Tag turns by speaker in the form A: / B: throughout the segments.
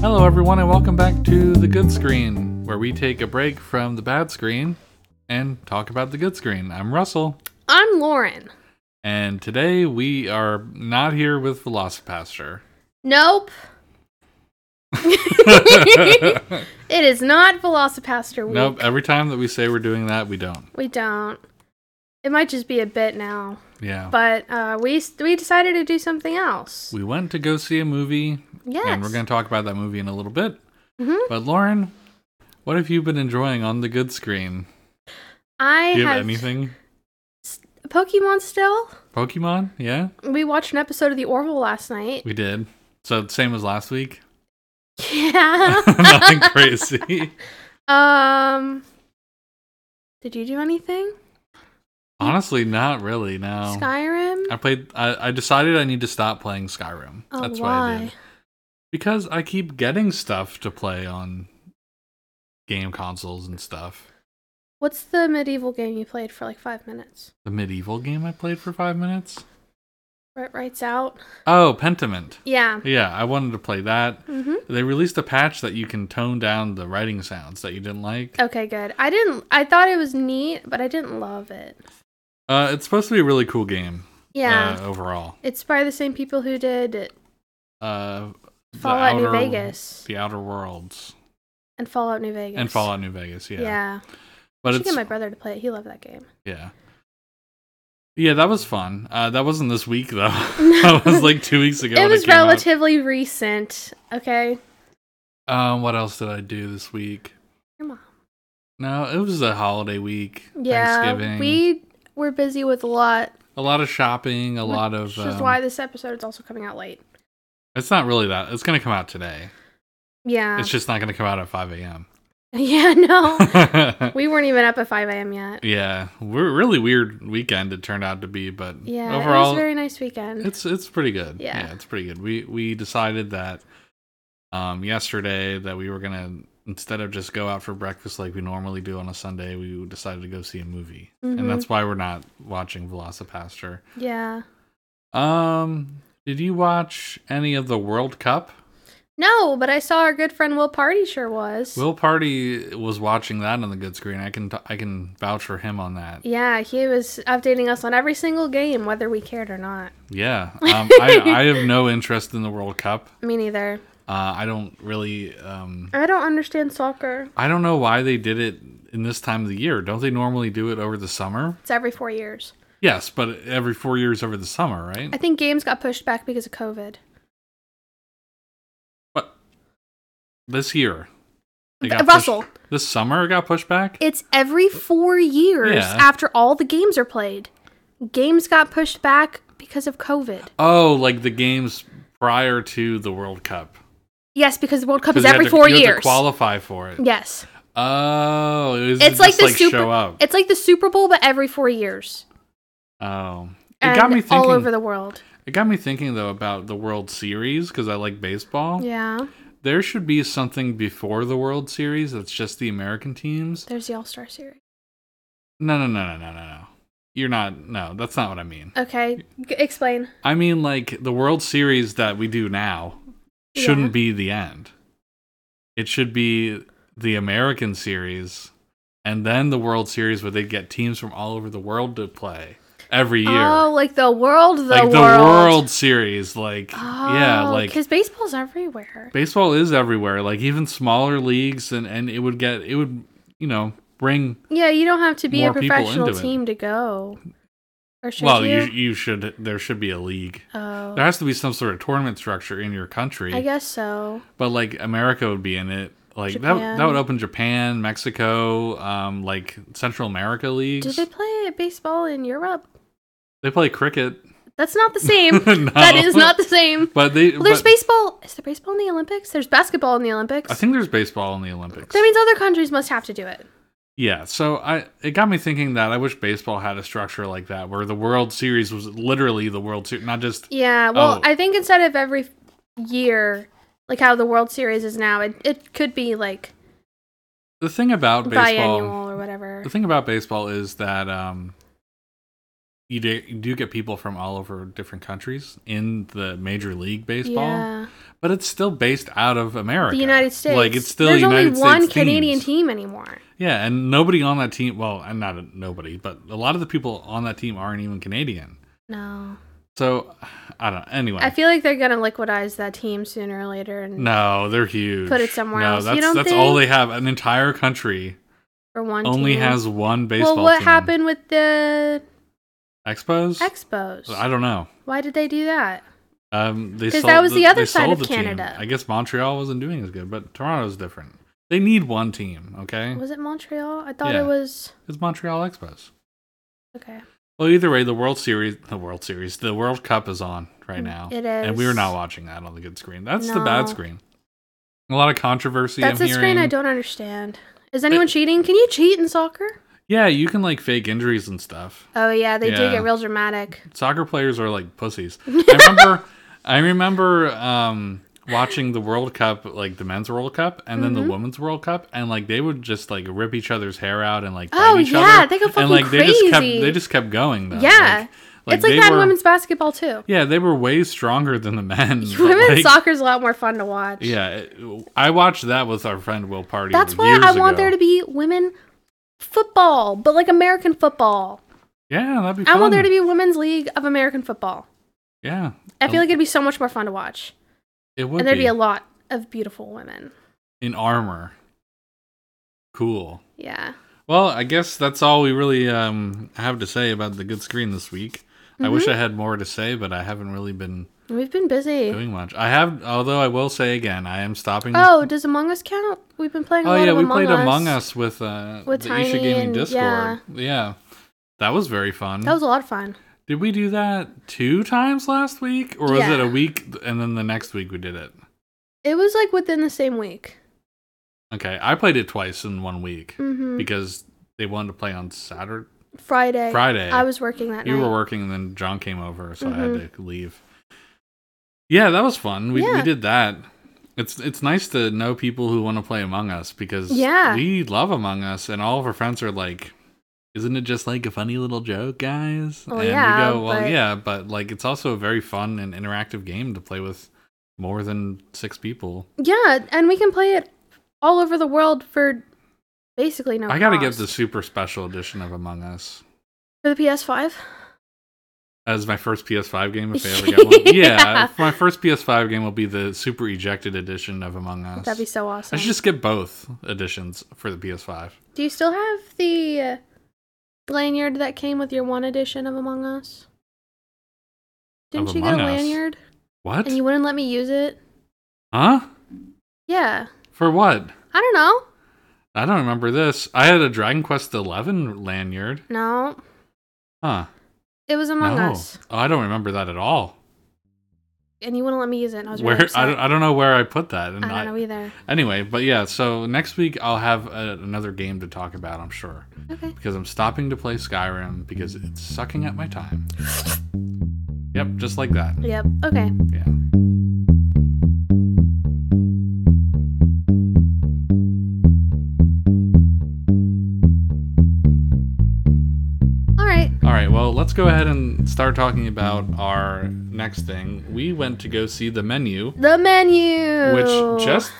A: Hello, everyone, and welcome back to The Good Screen, where we take a break from the bad screen and talk about the good screen. I'm Russell,
B: I'm Lauren.
A: and today we are not here with Velocipaster.
B: Nope. It is not Velocipaster week.
A: nope, every time that we say we're doing that, we don't.
B: We don't. It might just be a bit now,
A: Yeah.
B: but uh, we we decided to do something else.
A: we went to go see a movie,
B: yes.
A: and we're going to talk about that movie in a little bit.
B: Mhm.
A: But, Lauren, what have you been enjoying on the good screen?
B: I
A: Do you have
B: have
A: anything?
B: Pokemon still.
A: Pokemon? Yeah,
B: We watched an episode of The Orville last night.
A: we did. So, same as last week. Nothing
B: Yeah.
A: crazy.
B: um. Did you do anything?
A: Honestly, not really. No.
B: Skyrim.
A: I played. I, I decided I need to stop playing Skyrim.
B: Oh,
A: That's why I
B: why?
A: did. Because I keep getting stuff to play on game consoles and stuff.
B: What's the medieval game you played for like five minutes?
A: The medieval game I played for five minutes.
B: Right, writes out.
A: Oh, Pentiment.
B: Yeah.
A: Yeah, I wanted to play that.
B: Mm-hmm.
A: They released a patch that you can tone down the writing sounds that you didn't like.
B: Okay, good. I didn't. I thought it was neat, but I didn't love it.
A: Uh, it's supposed to be a really cool game.
B: Yeah,
A: Uh, overall.
B: it's by the same people who did
A: Uh, the
B: Fallout New
A: Outer-
B: Vegas
A: The Outer Worlds.
B: and Fallout New Vegas
A: And Fallout New Vegas.
B: Yeah,
A: Yeah. But
B: I should
A: it's
B: get my brother to play it. He loved that game.
A: Yeah. Yeah, that was fun. Uh, that wasn't this week though. that was like two weeks ago.
B: it
A: when
B: was
A: came out.
B: relatively recent. Okay,
A: Um, what else did I do this week?
B: your mom.
A: No, it was a holiday week.
B: Yeah,
A: Thanksgiving.
B: we were busy with a lot,
A: a lot of shopping. A
B: Which
A: lot of.
B: which is
A: um,
B: why this episode is also coming out late.
A: It's not really that. It's gonna come out today.
B: Yeah, Oh.
A: It's just not gonna come out at five a.m.
B: yeah, no, we weren't even up at five a.m. yet.
A: yeah, we're really weird weekend it turned out to be, but
B: Yeah, it was
A: overall,
B: a very nice weekend.
A: It's it's pretty good.
B: Yeah.
A: it's pretty good. We we decided that um yesterday that we were gonna instead of just go out for breakfast like we normally do on a Sunday, we decided to go see a movie,
B: Mhm.
A: and that's why we're not watching Velocipaster.
B: Yeah,
A: Um, did you watch any of the World Cup?
B: no, but I saw our good friend Will Party sure was.
A: Will Party was watching that on the good screen. I can t- I can vouch for him on that.
B: Yeah, he was updating us on every single game, whether we cared or not.
A: Yeah, um, I I have no interest in the World Cup.
B: Me neither.
A: Uh, I don't really um.
B: I don't understand soccer.
A: I don't know why they did it in this time of the year. Don't they normally do it over the summer?
B: It's every four years.
A: Yes, but every four years over the summer, right?
B: I think games got pushed back because of COVID.
A: But this year, it
B: Uh,
A: got
B: Russell,
A: pushed- this summer it got pushed back.
B: it's every four years
A: Yeah.
B: after all the games are played. Games got pushed back because of COVID.
A: oh, like the games prior to the World Cup
B: Yes, because the World Cup is
A: you had
B: every
A: to-
B: four
A: you had to
B: years.
A: qualify for it.
B: yes,
A: Oh, it was
B: it's
A: just,
B: like the super.
A: show up.
B: It's like the Super Bowl, but every four years.
A: oh, it
B: And
A: got me thinking.
B: all over the world.
A: it got me thinking though about the World Series because I like baseball.
B: Yeah,
A: There should be something before the World Series that's just the American teams.
B: there's the All Star Series.
A: No, no, no, no, no, no, no. You're not. No, that's not what I mean.
B: Okay, g- explain.
A: I mean, like the World Series that we do now shouldn't
B: Yeah.
A: be the end. It should be the American Series, and then the World Series where they get teams from all over the world to play every year,
B: Oh, like the world, the
A: like
B: world.
A: the World Series. Like, yeah,
B: Oh,
A: like
B: because baseball's everywhere.
A: baseball is everywhere. Like even smaller leagues, and and it would get it would you know bring.
B: Yeah, you don't have to be a
A: More people
B: professional
A: into it.
B: team to go. Or should
A: well,
B: you?
A: you you should there should be a league. There
B: oh,
A: has to be some sort of tournament structure in your country,
B: I guess so.
A: but like America would be in it. Like that,
B: Japan.
A: that would open Japan, Mexico, um, like Central America
B: Do
A: leagues.
B: they
A: They-,
B: play baseball in Europe?
A: play cricket.
B: That's not the same.
A: No.
B: That is not the same.
A: But they.
B: Well, there's
A: but
B: baseball. Is there baseball in the Olympics? There's basketball in the Olympics.
A: I think there's baseball in the Olympics.
B: that means other countries must have to do it.
A: yeah, so I it got me thinking that I wish baseball had a structure like that, where the World Series was literally the World Series, not just.
B: Yeah. Well,
A: Oh.
B: I think instead of every year, like how the World Series is now, it, it could be like
A: The thing about baseball,
B: biannual or whatever.
A: the thing about baseball is that um, you do, you do get people from all over different countries in the Major League Baseball,
B: Yeah.
A: but it's still based out of America,
B: The United States.
A: Like it's still
B: There's
A: United
B: only one
A: States
B: Canadian
A: teams.
B: team anymore.
A: Yeah, and nobody on that team. Well, and not a, nobody, but a lot of the people on that team aren't even Canadian.
B: No.
A: So I don't. Anyway,
B: I feel like they're gonna liquidize that team sooner or later and
A: no, they're huge.
B: Put it somewhere
A: no,
B: else. You
A: That's,
B: don't
A: that's all
B: think?
A: they have. An entire country
B: for one
A: only
B: team.
A: has one baseball.
B: Well what
A: team.
B: happened with the
A: Expos?
B: Expos?
A: I don't know.
B: Why did they do that?
A: Um, they
B: 'Cause
A: sold
B: that was the other
A: they
B: side
A: sold
B: of
A: the team.
B: Canada.
A: I guess Montreal wasn't doing as good, but Toronto's different. They need one team. Okay,
B: Was it Montreal? I thought
A: Yeah.
B: it was
A: it's Montreal Expos.
B: okay.
A: Well, either way, the World Series, the World Series, the World Cup is on right
B: Mm,
A: now.
B: it
A: and we were not
B: is.
A: watching that on the good screen. That's the bad
B: No.
A: screen. A lot of controversy.
B: That's
A: I'm
B: a screen I
A: hearing.
B: don't understand. Is anyone cheating? Can you cheat in soccer?
A: Yeah, you can like fake injuries and stuff.
B: Oh yeah, they
A: Yeah.
B: do get real dramatic.
A: Soccer players are like pussies. I remember, I remember um, watching the World Cup, like the men's World Cup, and then
B: Mhm.
A: the women's World Cup, and like they would just like rip each other's hair out and like.
B: Oh,
A: fight each
B: yeah,
A: other.
B: they go fucking
A: and, like, They just kept,
B: crazy.
A: they just kept going. Though.
B: Yeah. it's like
A: they
B: that in
A: were-
B: women's basketball too.
A: Yeah, they were way stronger than the men. but,
B: Women's
A: like,
B: soccer's a lot more fun to watch.
A: Yeah, it- I watched that with our friend Will Party.
B: That's why
A: years
B: I want
A: ago.
B: there to be women football, but like American football.
A: Yeah, that'd be.
B: I
A: Fun.
B: want there to be women's league of American football.
A: Yeah,
B: I feel
A: Um,
B: like it'd be so much more fun to watch.
A: it would.
B: And there'd
A: be,
B: be. a lot of beautiful women.
A: in armor. Cool.
B: Yeah.
A: Well, I guess that's all we really um, have to say about the good screen this week. I wish I
B: Mm-hmm.
A: had more to say, but I haven't really been
B: We've been busy.
A: doing much. I have, although I will say again, I am stopping.
B: Oh, does Among Us count? We've been playing a
A: Oh,
B: lot
A: yeah,
B: of
A: we
B: Among
A: played
B: Us.
A: Among Us with uh,
B: With
A: the Isha
B: Tiny
A: Gaming
B: and-
A: Discord.
B: yeah.
A: Yeah. that was very fun.
B: That was a lot of fun.
A: Did we do that two times last week, or was it
B: Yeah.
A: a week and then the next week we did it?
B: It was like within the same week.
A: Okay, I played it twice in one week
B: hmm
A: because they wanted to play on Saturday,
B: Friday.
A: Friday.
B: I was working that
A: you
B: night. Mm-hmm.
A: were working, and then John came over, so I had to leave. Yeah, that was fun. We, we
B: Yeah.
A: did that. It's it's nice to know people who want to play Among Us because
B: Yeah.
A: we love Among Us, and all of our friends are like, "Isn't it just like a funny little joke, guys?"
B: Well,
A: and
B: Oh, yeah,
A: we go, "Well,
B: but-
A: yeah," but like it's also a very fun and interactive game to play with more than six people.
B: Yeah, and we can play it all over the world for basically no.
A: I gotta get
B: cost.
A: the super special edition of Among Us.
B: for the PS5.
A: as my first PS5 game if I ever get one. yeah,
B: Yeah.
A: my first PS5 game will be the Super Ejected edition of Among Us.
B: That'd be so awesome.
A: I should just get both editions for the PS5.
B: Do you still have the uh, lanyard that came with your one edition of Among Us? Didn't you get
A: Among
B: a
A: Us?
B: lanyard
A: What?
B: and you wouldn't let me use it?
A: huh?
B: Yeah,
A: For what?
B: I don't know.
A: I don't remember this. I had a Dragon Quest XI lanyard.
B: No,
A: Huh?
B: it was Among
A: no.
B: Us,
A: Oh, I don't remember that at all.
B: and you wouldn't let me use it. And I was
A: where
B: really upset.
A: I don't, I don't know where I put that.
B: I
A: And
B: don't know either.
A: Anyway, but yeah. So next week I'll have a, another game to talk about. I'm sure.
B: Okay.
A: because I'm stopping to play Skyrim because it's sucking at my time. Yep, just like that.
B: Yep. Okay.
A: Yeah.
B: All right.
A: All right, well, let's go ahead and start talking about our next thing. We went to go see the menu,
B: The menu.
A: which just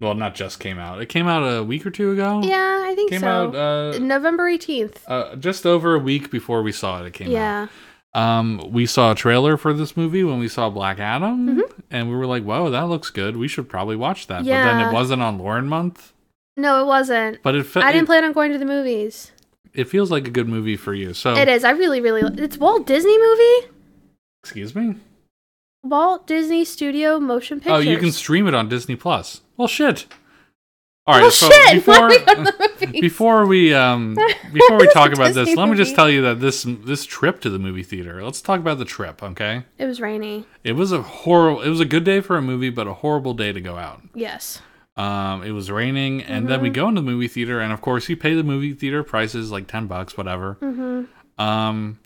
A: well, not just came out. It came out a week or two ago.
B: Yeah, I think
A: Came
B: so.
A: out uh,
B: November eighteenth.
A: uh, just over a week before we saw it. It came out.
B: Yeah.
A: Um, we saw a trailer for this movie when we saw Black Adam,
B: Mm-hmm.
A: and we were like, "Whoa, that looks good. We should probably watch that." But then
B: Yeah.
A: it wasn't on Lauren month,
B: No, it wasn't.
A: but it fe-
B: I didn't
A: it,
B: plan on going to the movies.
A: it feels like a good movie for you. So,
B: It is. I really, really. It's Walt Disney movie.
A: excuse me.
B: Walt Disney Studio motion pictures.
A: Oh, you can stream it on Disney Plus. Well, shit. All right,
B: well,
A: so
B: Oh, shit. Why
A: before
B: don't we go to the movies?
A: before we um before we
B: It's a
A: talk about
B: Disney
A: this, let me just
B: movie.
A: tell you that this this trip to the movie theater. Let's talk about the trip, okay?
B: it was rainy.
A: It was a horrible. It was a good day for a movie, but a horrible day to go out.
B: Yes.
A: Um, it was raining, and then we
B: Mm-hmm.
A: go into the movie theater, and of course, you pay the movie theater prices like ten bucks, whatever.
B: Mm-hmm.
A: Um,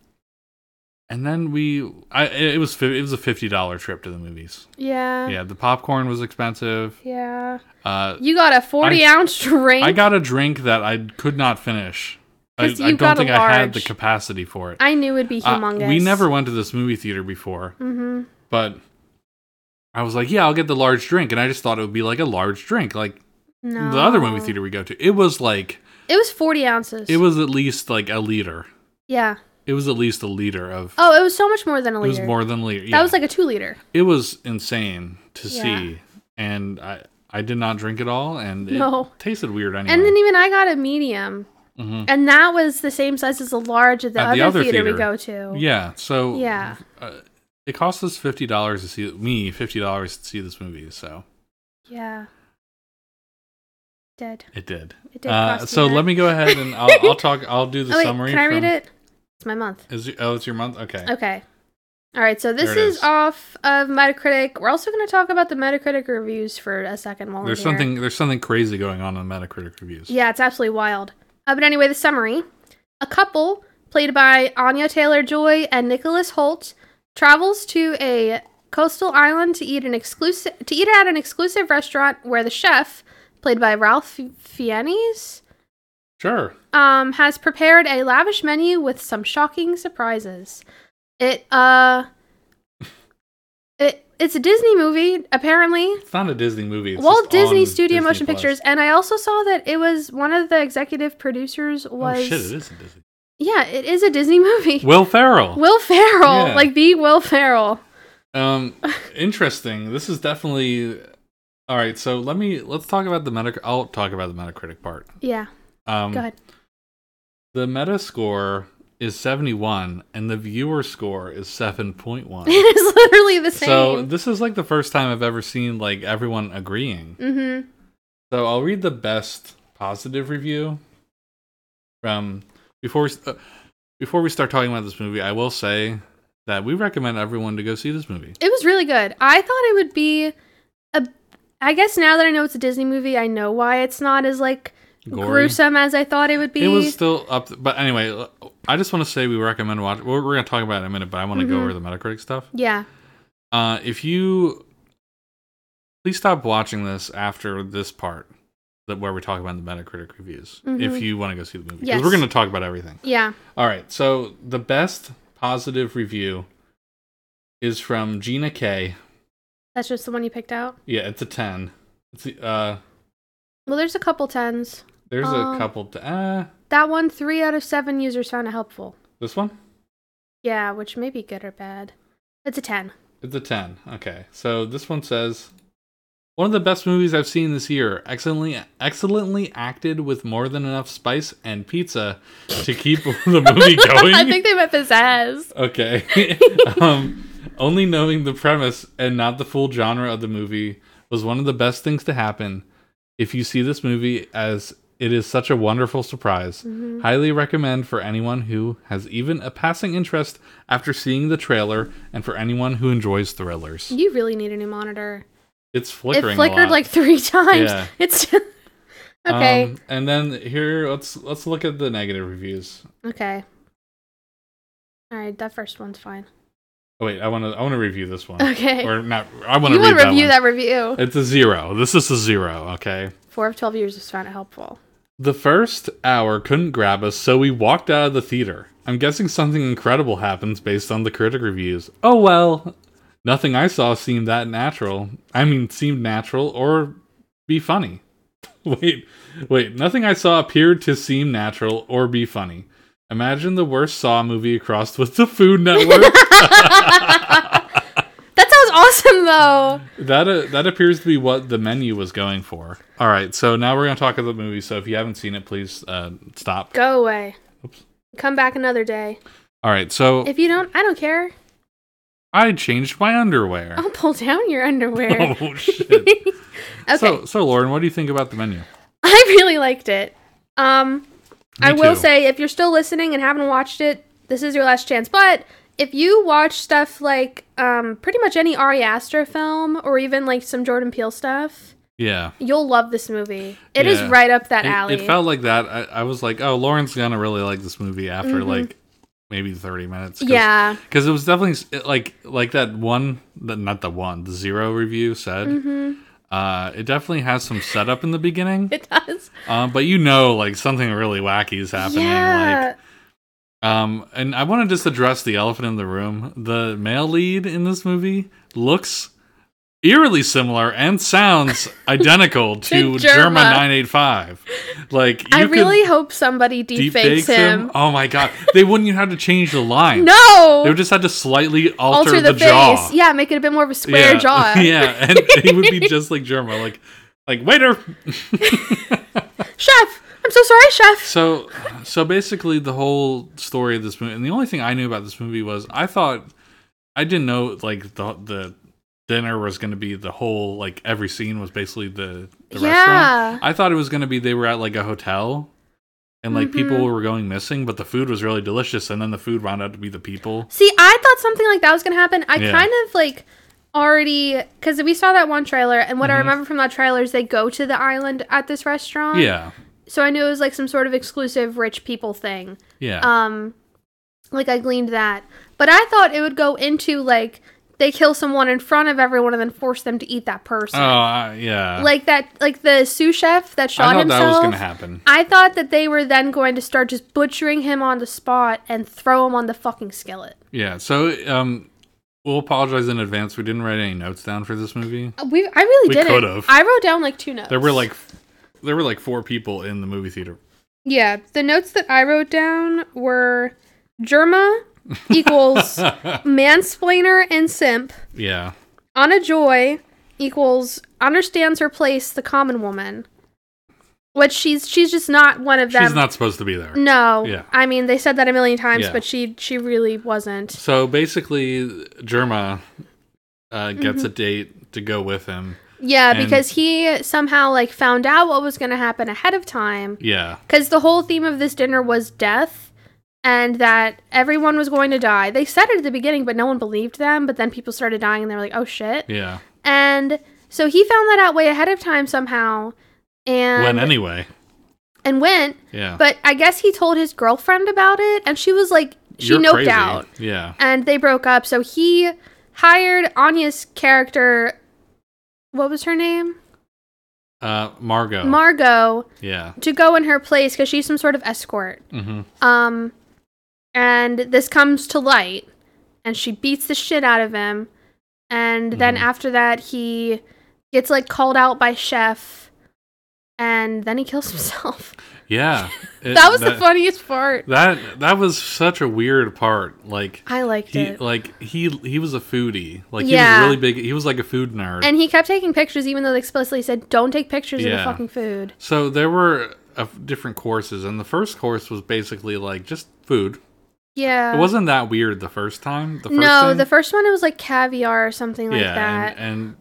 A: and then we, I, it was fi- it was a fifty dollar trip to the movies.
B: Yeah.
A: Yeah, the popcorn was expensive.
B: Yeah.
A: Uh,
B: You got a forty ounce drink.
A: I got a drink that I could not finish. I, I
B: 'Cause you
A: don't
B: got a
A: think I had the
B: large-
A: capacity for it.
B: I knew it'd be
A: Uh,
B: humongous.
A: we never went to this movie theater before,
B: Mm-hmm.
A: but I was like, yeah, I'll get the large drink. And I just thought it would be like a large drink, like
B: No.
A: the other movie theater we go to. It was like,
B: It was forty ounces.
A: it was at least like a liter.
B: Yeah.
A: It was at least a liter of.
B: Oh, it was so much more than a
A: it was
B: liter.
A: more than a liter.
B: That
A: yeah.
B: was like a two liter.
A: it was insane to
B: Yeah.
A: see, and I I did not drink it all, and it
B: No.
A: tasted weird anyway.
B: And then even I got a medium,
A: Mhm.
B: and that was the same size as the large at the,
A: At
B: other,
A: the other
B: theater, we
A: theater.
B: go to.
A: yeah, so
B: Oh. Yeah.
A: uh, it cost us fifty dollars to see me fifty dollars to see this movie, so
B: Yeah. Did
A: it did.
B: it did?
A: Uh,
B: cost
A: so
B: that.
A: let me go ahead and I'll, I'll talk. I'll do the
B: Oh wait,
A: summary.
B: can I read
A: from-
B: it? It's my month.
A: Is it- oh, it's your month. Okay.
B: Okay. All right, so this
A: There it
B: is,
A: is.
B: off of Metacritic. We're also going to talk about the Metacritic reviews for a second while we're
A: There's
B: here.
A: something. There's something crazy going on in Metacritic reviews.
B: Yeah, it's absolutely wild. Uh, but anyway, the summary: a couple played by Anya Taylor Joy and Nicholas Holt travels to a coastal island to eat an exclusive to eat at an exclusive restaurant where the chef, played by Ralph Fiennes,
A: Sure.
B: um, has prepared a lavish menu with some shocking surprises. It uh, it it's a Disney movie apparently.
A: It's not a Disney movie. It's just
B: Walt Disney
A: on
B: Studio
A: Disney
B: Motion
A: Plus.
B: Pictures, and I also saw that it was one of the executive producers was
A: Oh shit! It is a Disney.
B: yeah, it is a Disney movie.
A: Will Ferrell.
B: Will Ferrell,
A: Yeah.
B: like the Will Ferrell.
A: Um, interesting. This is definitely all right. So let me let's talk about the metac. I'll talk about the Metacritic part.
B: Yeah,
A: Um,
B: go ahead.
A: the meta score is seventy one, and the viewer score is seven point one.
B: It is literally the same.
A: so this is like the first time I've ever seen like everyone agreeing.
B: mm-hmm.
A: So I'll read the best positive review from before we, s- uh, before we start talking about this movie. I will say that we recommend everyone to go see this movie.
B: It was really good. I thought it would be a. I guess now that I know it's a Disney movie, I know why it's not as like
A: Gory.
B: gruesome as I thought it would be.
A: It was still up, but anyway, I just want to say we recommend watch. We're, we're going to talk about it in a minute, but I want to
B: Mhm.
A: go over the Metacritic stuff.
B: yeah,
A: Uh, if you please stop watching this after this part, that where we talk about the Metacritic reviews. If
B: Mhm.
A: you want to go see the movie, because
B: Yes.
A: we're going to talk about everything.
B: yeah.
A: All right, so the best positive review is from Gina K.
B: That's just the one you picked out.
A: Yeah, it's a ten. It's the, uh,
B: Well, there's a couple tens.
A: there's
B: Um,
A: a couple. T- uh,
B: That one, three out of seven users found it helpful.
A: this one,
B: Yeah, which may be good or bad. It's a 10.
A: it's a ten. Okay, so this one says one of the best movies I've seen this year. Excellently, excellently acted with more than enough spice and pizza to keep the movie going.
B: I think they meant pizzazz.
A: Okay. um, only knowing the premise and not the full genre of the movie was one of the best things to happen. If you see this movie, as it is such a wonderful surprise,
B: Mm-hmm.
A: highly recommend for anyone who has even a passing interest after seeing the trailer, and for anyone who enjoys thrillers.
B: You really need a new monitor.
A: It's flickering.
B: it
A: a
B: flickered
A: lot.
B: like three times.
A: Yeah.
B: It's okay.
A: Um, and then here, let's let's look at the negative reviews.
B: okay. All right, that first one's fine.
A: Oh, wait, I want to I want to review this one.
B: Okay.
A: Or not? I want
B: You
A: to
B: want
A: read
B: to
A: that
B: review
A: one.
B: that, review.
A: It's a zero. This is a zero. Okay.
B: Four of 12 users found it helpful.
A: The first hour couldn't grab us, so we walked out of the theater. I'm guessing something incredible happens based on the critic reviews. Oh well, nothing I saw seemed that natural. I mean, seemed natural or be funny. Wait, wait, nothing I saw appeared to seem natural or be funny. Imagine the worst Saw movie crossed with the Food Network.
B: That sounds awesome, though.
A: that uh, that appears to be what the menu was going for. All right, so now we're gonna talk about the movie. So if you haven't seen it, please uh, stop.
B: Go away.
A: Oops.
B: Come back another day.
A: All right, so
B: If you don't, I don't care.
A: I changed my underwear.
B: I'll pull down your underwear.
A: Oh, shit.
B: okay.
A: So, so Lauren, what do you think about the menu?
B: I really liked it. Um,
A: Me
B: I will
A: too.
B: say, if you're still listening and haven't watched it, this is your last chance. But if you watch stuff like um, pretty much any Ari Aster film or even like some Jordan Peele stuff,
A: Yeah,
B: you'll love this movie. It is
A: Yeah.
B: right up that
A: it,
B: alley.
A: it felt like that. I, I was like, oh, Lauren's gonna really like this movie after
B: Mhm.
A: like maybe thirty minutes.
B: yeah.
A: because it was definitely s- it, like like that one, the, not the one, the zero review said.
B: hmm
A: Uh, it definitely has some setup in the beginning,
B: It does.
A: um, but you know, like something really wacky is happening.
B: yeah.
A: Like, um, and I want to just address the elephant in the room. The male lead in this movie looks eerily similar and sounds identical to
B: To
A: Germa
B: Germa.
A: nine eight five. Like, you
B: I
A: could
B: really hope somebody
A: deep
B: defakes him.
A: Oh my god, they wouldn't even have to change the line.
B: No.
A: They Oh, would just have to slightly alter,
B: alter,
A: the,
B: the,
A: jaw.
B: face. Yeah, make it a bit more of a square
A: yeah.
B: jaw.
A: yeah, and he would be just like Germa, like like waiter.
B: Chef, I'm so sorry, chef.
A: So so basically the whole story of this movie and the only thing I knew about this movie was I thought I didn't know like the the dinner was going to be the whole like every scene was basically the the restaurant.
B: yeah.
A: I thought it was going to be they were at like a hotel and like people
B: Mhm.
A: were going missing but the food was really delicious and then the food wound out to be the people.
B: See, I thought something like that was gonna happen. I
A: Yeah.
B: kind of like already because we saw that one trailer, and what
A: Mhm.
B: I remember from that trailer is they go to the island at this restaurant.
A: Yeah.
B: So I knew it was like some sort of exclusive rich people thing.
A: Yeah.
B: Um, like I gleaned that, but I thought it would go into like they kill someone in front of everyone and then force them to eat that person.
A: Oh, I, yeah.
B: Like that, like the sous chef that
A: I
B: shot
A: thought
B: himself.
A: that was going to happen.
B: I thought that they were then going to start just butchering him on the spot and throw him on the fucking skillet.
A: Yeah. So, um, we'll apologize in advance. We didn't write any notes down for this movie.
B: Uh, We, I really
A: We
B: didn't.
A: could've.
B: I wrote down like two notes.
A: There were like, there were like four people in the movie theater.
B: yeah, the notes that I wrote down were Germa equals mansplainer and simp.
A: Yeah.
B: Anna Joy equals understands her place, the common woman. Which she's she's just not one of them.
A: She's not supposed to be there.
B: No.
A: Yeah.
B: I mean, they said that a million times,
A: Yeah.
B: but she she really wasn't.
A: So basically, Germa uh, gets
B: Mm-hmm.
A: a date to go with him.
B: Yeah,
A: And-
B: because he somehow like found out what was going to happen ahead of time.
A: Yeah.
B: Because the whole theme of this dinner was death, and that everyone was going to die. They said it at the beginning, but no one believed them. But then people started dying, and they were like, "Oh shit!"
A: Yeah.
B: And so he found that out way ahead of time somehow, and
A: when anyway.
B: and went.
A: Yeah.
B: Um, But I guess he told his girlfriend about it, and she was like, she
A: You're
B: noped
A: crazy.
B: out
A: Yeah.
B: and they broke up. So he hired Anya's character. What was her name?
A: Uh, Margot.
B: Margot
A: yeah.
B: to go in her place because she's some sort of escort.
A: Mm-hmm.
B: Um, and this comes to light, and she beats the shit out of him. And then
A: Mhm.
B: after that, he gets like called out by Chef, and then he kills himself.
A: Yeah. It-
B: that was the funniest part.
A: That that was such a weird part. Like
B: I liked
A: he
B: it.
A: like he he was a foodie. Like he
B: Yeah.
A: was really big. He was like a food nerd.
B: And he kept taking pictures, even though they explicitly said, "Don't take pictures of
A: Yeah.
B: the fucking food."
A: so there were a f- different courses, and the first course was basically like just food.
B: Yeah.
A: it wasn't that weird the first time. The first
B: Uh, no,
A: thing?
B: the first one it was like caviar or something like
A: yeah,
B: that.
A: and,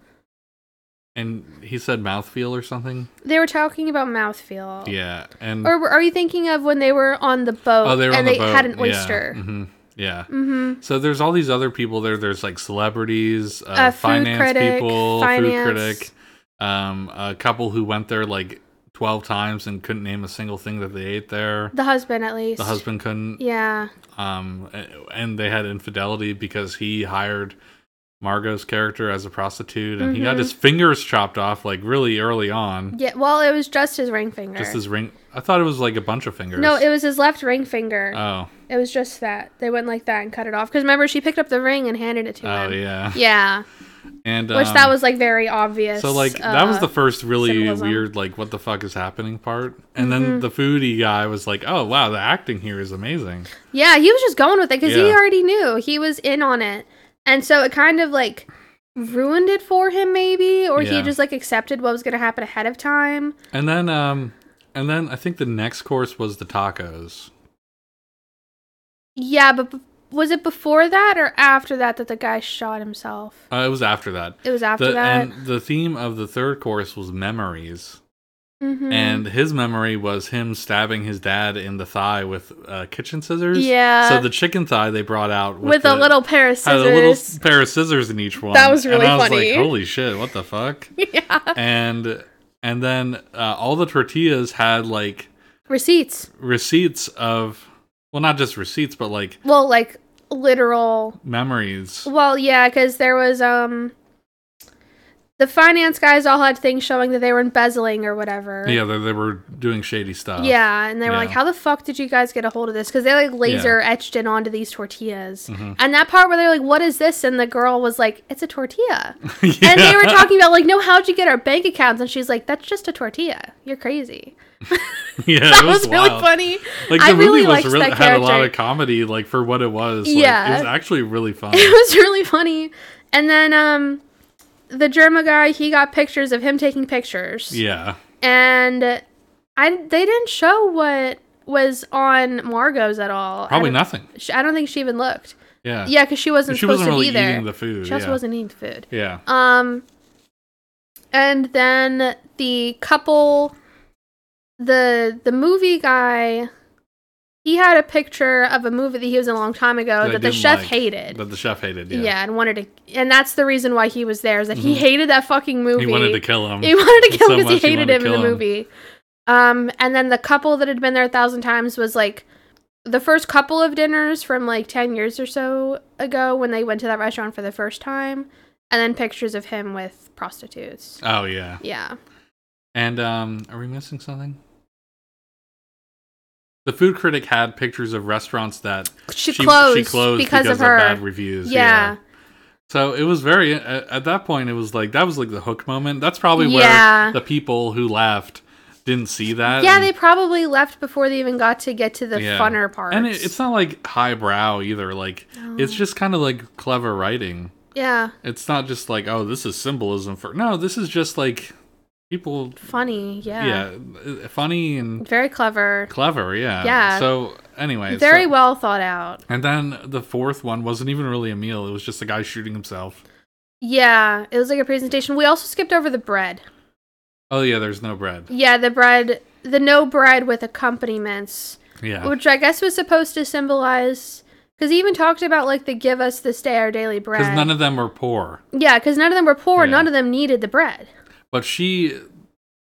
A: and and he said mouthfeel or something.
B: they were talking about mouthfeel.
A: Yeah, and
B: Oh. Or were- are you thinking of when they were on the boat
A: oh, they were
B: and
A: on the
B: they
A: boat.
B: had an
A: Yeah,
B: oyster?
A: mhm, Yeah.
B: Mm-hmm.
A: So there's all these other people there. There's like celebrities, uh,
B: A food
A: finance
B: critic,
A: people,
B: finance.
A: food critic, um, a couple who went there like twelve times and couldn't name a single thing that they ate there.
B: The husband, at least.
A: The husband couldn't.
B: Yeah.
A: Um, a- and they had infidelity because he hired Margot's character as a prostitute, and he got
B: Mhm.
A: his fingers chopped off like really early on.
B: Yeah. Well, it was just his ring finger.
A: Just his ring. I thought it was like a bunch of fingers.
B: no, it was his left ring finger.
A: Oh,
B: it was just that they went like that and cut it off. Because remember, she picked up the ring and handed it to
A: oh
B: him.
A: yeah.
B: Yeah.
A: And
B: Which
A: um,
B: that was like very obvious.
A: So like that was
B: uh,
A: the first really
B: symbolism. Mm-hmm.
A: weird like what the fuck is happening part, and then the foodie guy was like, "Oh wow, the acting here is amazing."
B: Yeah, he was just going with it because he
A: Yeah.
B: already knew he was in on it, and so it kind of like ruined it for him, maybe, or
A: Yeah.
B: he just like accepted what was going to happen ahead of time.
A: And then um, and then I think the next course was the tacos.
B: Yeah, but b- was it before that or after that that the guy shot himself?
A: Uh, it was after that.
B: It was after
A: the,
B: that.
A: And the theme of the third course was memories,
B: Mhm.
A: and his memory was him stabbing his dad in the thigh with uh, kitchen scissors.
B: Yeah.
A: So the chicken thigh they brought out
B: with,
A: with,
B: a
A: the-
B: little pair of
A: had
B: scissors.
A: a little pair of scissors in each one.
B: That was really
A: and I was
B: funny.
A: Like, Holy shit! What the fuck?
B: yeah,
A: and and then uh, all the tortillas had like
B: receipts.
A: receipts of well not just receipts but like
B: Well, like literal.
A: memories
B: Well, yeah, because there was um. the finance guys all had things showing that they were embezzling or whatever.
A: Yeah, they, they were doing shady stuff.
B: Yeah, and they were
A: Yeah.
B: like, "How the fuck did you guys get a hold of this?" Because they like laser etched it onto these tortillas.
A: Mhm.
B: And that part where they're like, "What is this?" and the girl was like, "It's a tortilla."
A: Yeah.
B: And they were talking about like, "No, how'd you get our bank accounts?" And she's like, "That's just a tortilla. You're crazy."
A: Yeah,
B: That
A: it
B: was, really
A: wild.
B: funny.
A: Like the
B: I
A: movie
B: really
A: was
B: liked
A: really
B: that
A: had a lot of
B: character.
A: comedy, like for what it was. Like, it
B: Yeah.
A: was actually really fun.
B: It was really funny. And then um, the Germa guy, he got pictures of him taking pictures.
A: yeah,
B: And I they didn't show what was on Margot's at all. I
A: probably
B: don't-
A: nothing.
B: sh- I don't think she even looked.
A: Yeah,
B: Yeah, because she wasn't
A: she
B: supposed
A: wasn't really
B: to be there.
A: eating the food.
B: she also
A: yeah.
B: wasn't eating food.
A: yeah,
B: Um, and then the couple, the the movie guy, he had a picture of a movie that he was in a long time ago
A: That I
B: that the
A: didn't
B: chef
A: like.
B: hated.
A: that the chef hated.
B: yeah.
A: Yeah,
B: and wanted to, and that's the reason why he was there is that he
A: Mhm.
B: hated that fucking movie.
A: he wanted to kill him.
B: He wanted to kill
A: so
B: him because
A: much he
B: he hated
A: wanted to
B: him in the
A: kill him.
B: movie. Um, and then the couple that had been there a thousand times was like the first couple of dinners from like ten years or so ago when they went to that restaurant for the first time, and then pictures of him with prostitutes.
A: Oh yeah,
B: Yeah,
A: and um, are we missing something? The food critic had pictures of restaurants that
B: she, closed,
A: she closed
B: because, of her.
A: bad reviews.
B: yeah,
A: So it was very at at that point it was like that was like the hook moment. That's probably
B: Yeah.
A: where the people who left didn't see
B: yeah,
A: that.
B: They probably left before they even got to get to the
A: Yeah.
B: funner part.
A: and it, it's not like highbrow either. Like it's
B: No.
A: just kind of like clever writing.
B: yeah,
A: It's not just like oh this is symbolism for no this is just like people
B: funny. Yeah,
A: yeah, uh, funny and
B: very clever,
A: clever yeah
B: Yeah.
A: so anyway
B: very
A: so-
B: well thought out.
A: and then the fourth one wasn't even really a meal it was just a guy shooting himself
B: Yeah, it was like a presentation. We also skipped over the bread.
A: oh yeah there's no bread
B: Yeah, the bread, the no bread with accompaniments,
A: yeah
B: which I guess was supposed to symbolize. Because he even talked about like the give us this day our daily bread.
A: because none of them are poor
B: yeah, because none of them were poor.
A: Yeah.
B: None of them needed the bread.
A: But she,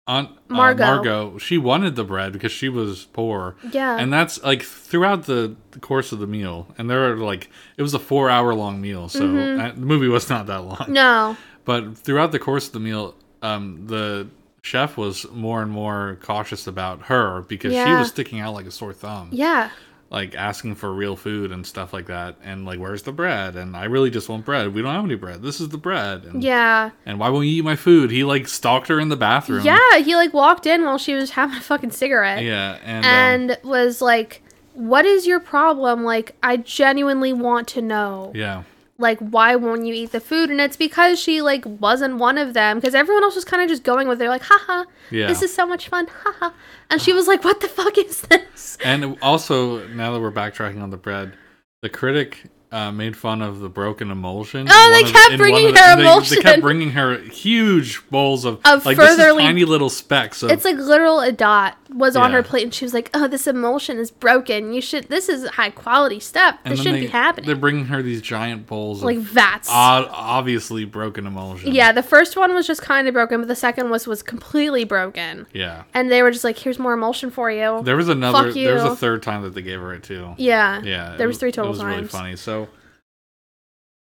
A: on Margot.
B: Margot.
A: Margot, she wanted the bread because she was poor,
B: Yeah,
A: and that's like throughout the, the course of the meal. And there are like it was a four hour long meal, so
B: Mhm.
A: uh, the movie was not that long.
B: no,
A: But throughout the course of the meal, um, the chef was more and more cautious about her because she
B: Yeah.
A: was sticking out like a sore thumb,
B: yeah,
A: like asking for real food and stuff like that, and like where's the bread? And I really just want bread. We don't have any bread. This is the bread. And,
B: yeah,
A: And why won't you eat my food? He like stalked her in the bathroom.
B: yeah. He like walked in while she was having a fucking cigarette
A: Yeah, and, um,
B: and was like, "What is your problem? Like, I genuinely want to know."
A: yeah,
B: like why won't you eat the food and it's because she like wasn't one of them because everyone else was kind of just going with it. They're like haha
A: yeah.
B: this is so much fun haha and she was like what the fuck is this
A: and also now that we're backtracking on the bread, the critic uh, made fun of the broken emulsion.
B: Oh,
A: in
B: they
A: one of
B: kept
A: in one
B: bringing
A: of the-
B: her
A: and They, they kept
B: emulsion.
A: bringing her huge bowls of,
B: Of
A: like this is
B: furtherly-
A: tiny little specks of
B: it's like literal a dot was on
A: Yeah.
B: her plate and she was like oh this emulsion is broken you should this is high quality stuff
A: and
B: this
A: then
B: shouldn't
A: they,
B: be
A: They're
B: happening
A: bringing her these giant bowls
B: like
A: of
B: vats
A: odd, obviously broken emulsion.
B: yeah the first one was just kind of broken but the second was was completely broken
A: yeah.
B: and they were just like here's more emulsion for you
A: There was another.
B: Fuck
A: There was a
B: you.
A: third time that they gave her it too.
B: yeah
A: yeah
B: There
A: it
B: was three total
A: it was really
B: times.
A: funny so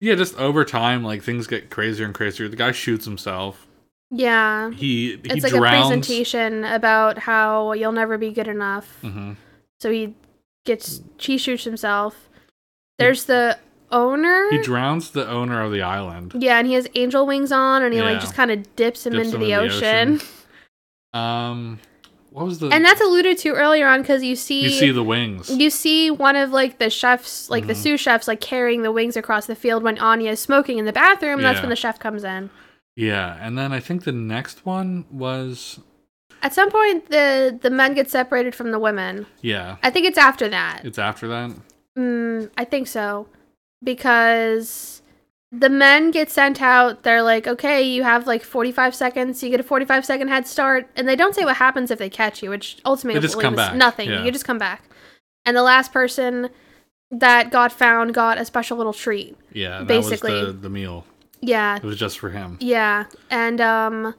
A: yeah just over time like things get crazier and crazier the guy shoots himself
B: yeah
A: he he
B: it's like a
A: drowns
B: presentation about how you'll never be good enough.
A: Mhm.
B: So he gets he shoots himself. There's the owner.
A: he drowns the owner of the island
B: yeah, and he has angel wings on, and he
A: Yeah.
B: like just kind of dips him
A: Dips
B: into
A: him
B: the,
A: in the
B: ocean.
A: um what was the
B: And that's alluded to earlier on because you see
A: you see the wings
B: you see one of like the chefs, like the
A: Mhm.
B: sous chefs, like carrying the wings across the field when Anya is smoking in the bathroom. That's
A: Yeah.
B: when the chef comes in.
A: yeah and then i think the next one was
B: At some point, the the men get separated from the women.
A: yeah
B: I think it's after that.
A: it's after that
B: Mm, I think so. Because the men get sent out. They're like, okay, you have like 45 seconds. You get a 45 second head start. And they don't say what happens if they catch you, which ultimately
A: just come
B: was
A: back,
B: nothing.
A: yeah.
B: You just come back. And the last person that got found got a special little treat.
A: yeah that
B: Basically.
A: was the, the meal
B: Yeah.
A: it was just for him
B: Yeah. And um,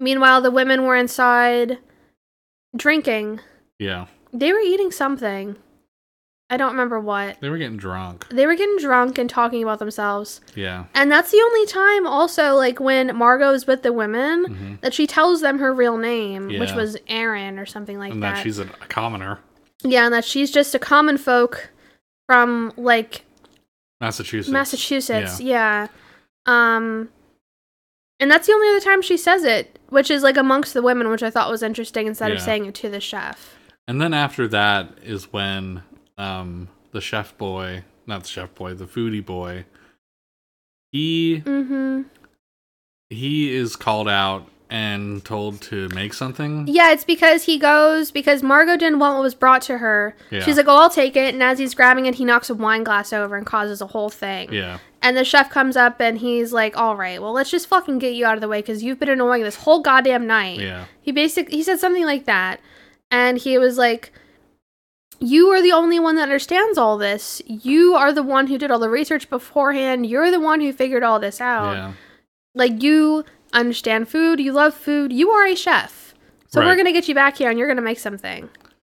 B: meanwhile, the women were inside drinking.
A: yeah
B: They were eating something. I don't remember what.
A: They were getting drunk.
B: They were getting drunk and talking about themselves.
A: Yeah.
B: And that's the only time also like when Margot is with the women
A: Mhm.
B: that she tells them her real name, which
A: Yeah.
B: was Aaron or something like
A: and
B: that.
A: that, she's a, a commoner.
B: yeah, and that she's just a common folk from like
A: Massachusetts.
B: Massachusetts. Yeah. Um and that's the only other time she says it, which is like amongst the women, which I thought was interesting instead of
A: Yeah.
B: saying it to the chef.
A: And then after that is when um the chef boy, not the chef boy, the foodie boy, he
B: Mhm.
A: he is called out and told to make something.
B: Yeah, it's because he goes because Margot didn't want what was brought to her.
A: Yeah.
B: She's like, "Oh, I'll take it." And as he's grabbing it, he knocks a wine glass over and causes a whole thing.
A: Yeah.
B: And the chef comes up and he's like, "All right, well, let's just fucking get you out of the way because you've been annoying this whole goddamn night."
A: Yeah.
B: He basically he said something like that, and he was like, "You are the only one that understands all this. You are the one who did all the research beforehand. You're the one who figured all this out.
A: Yeah.
B: Like you understand food. You love food. You are a chef. So we're
A: Right.
B: gonna get you back here, and you're gonna make something."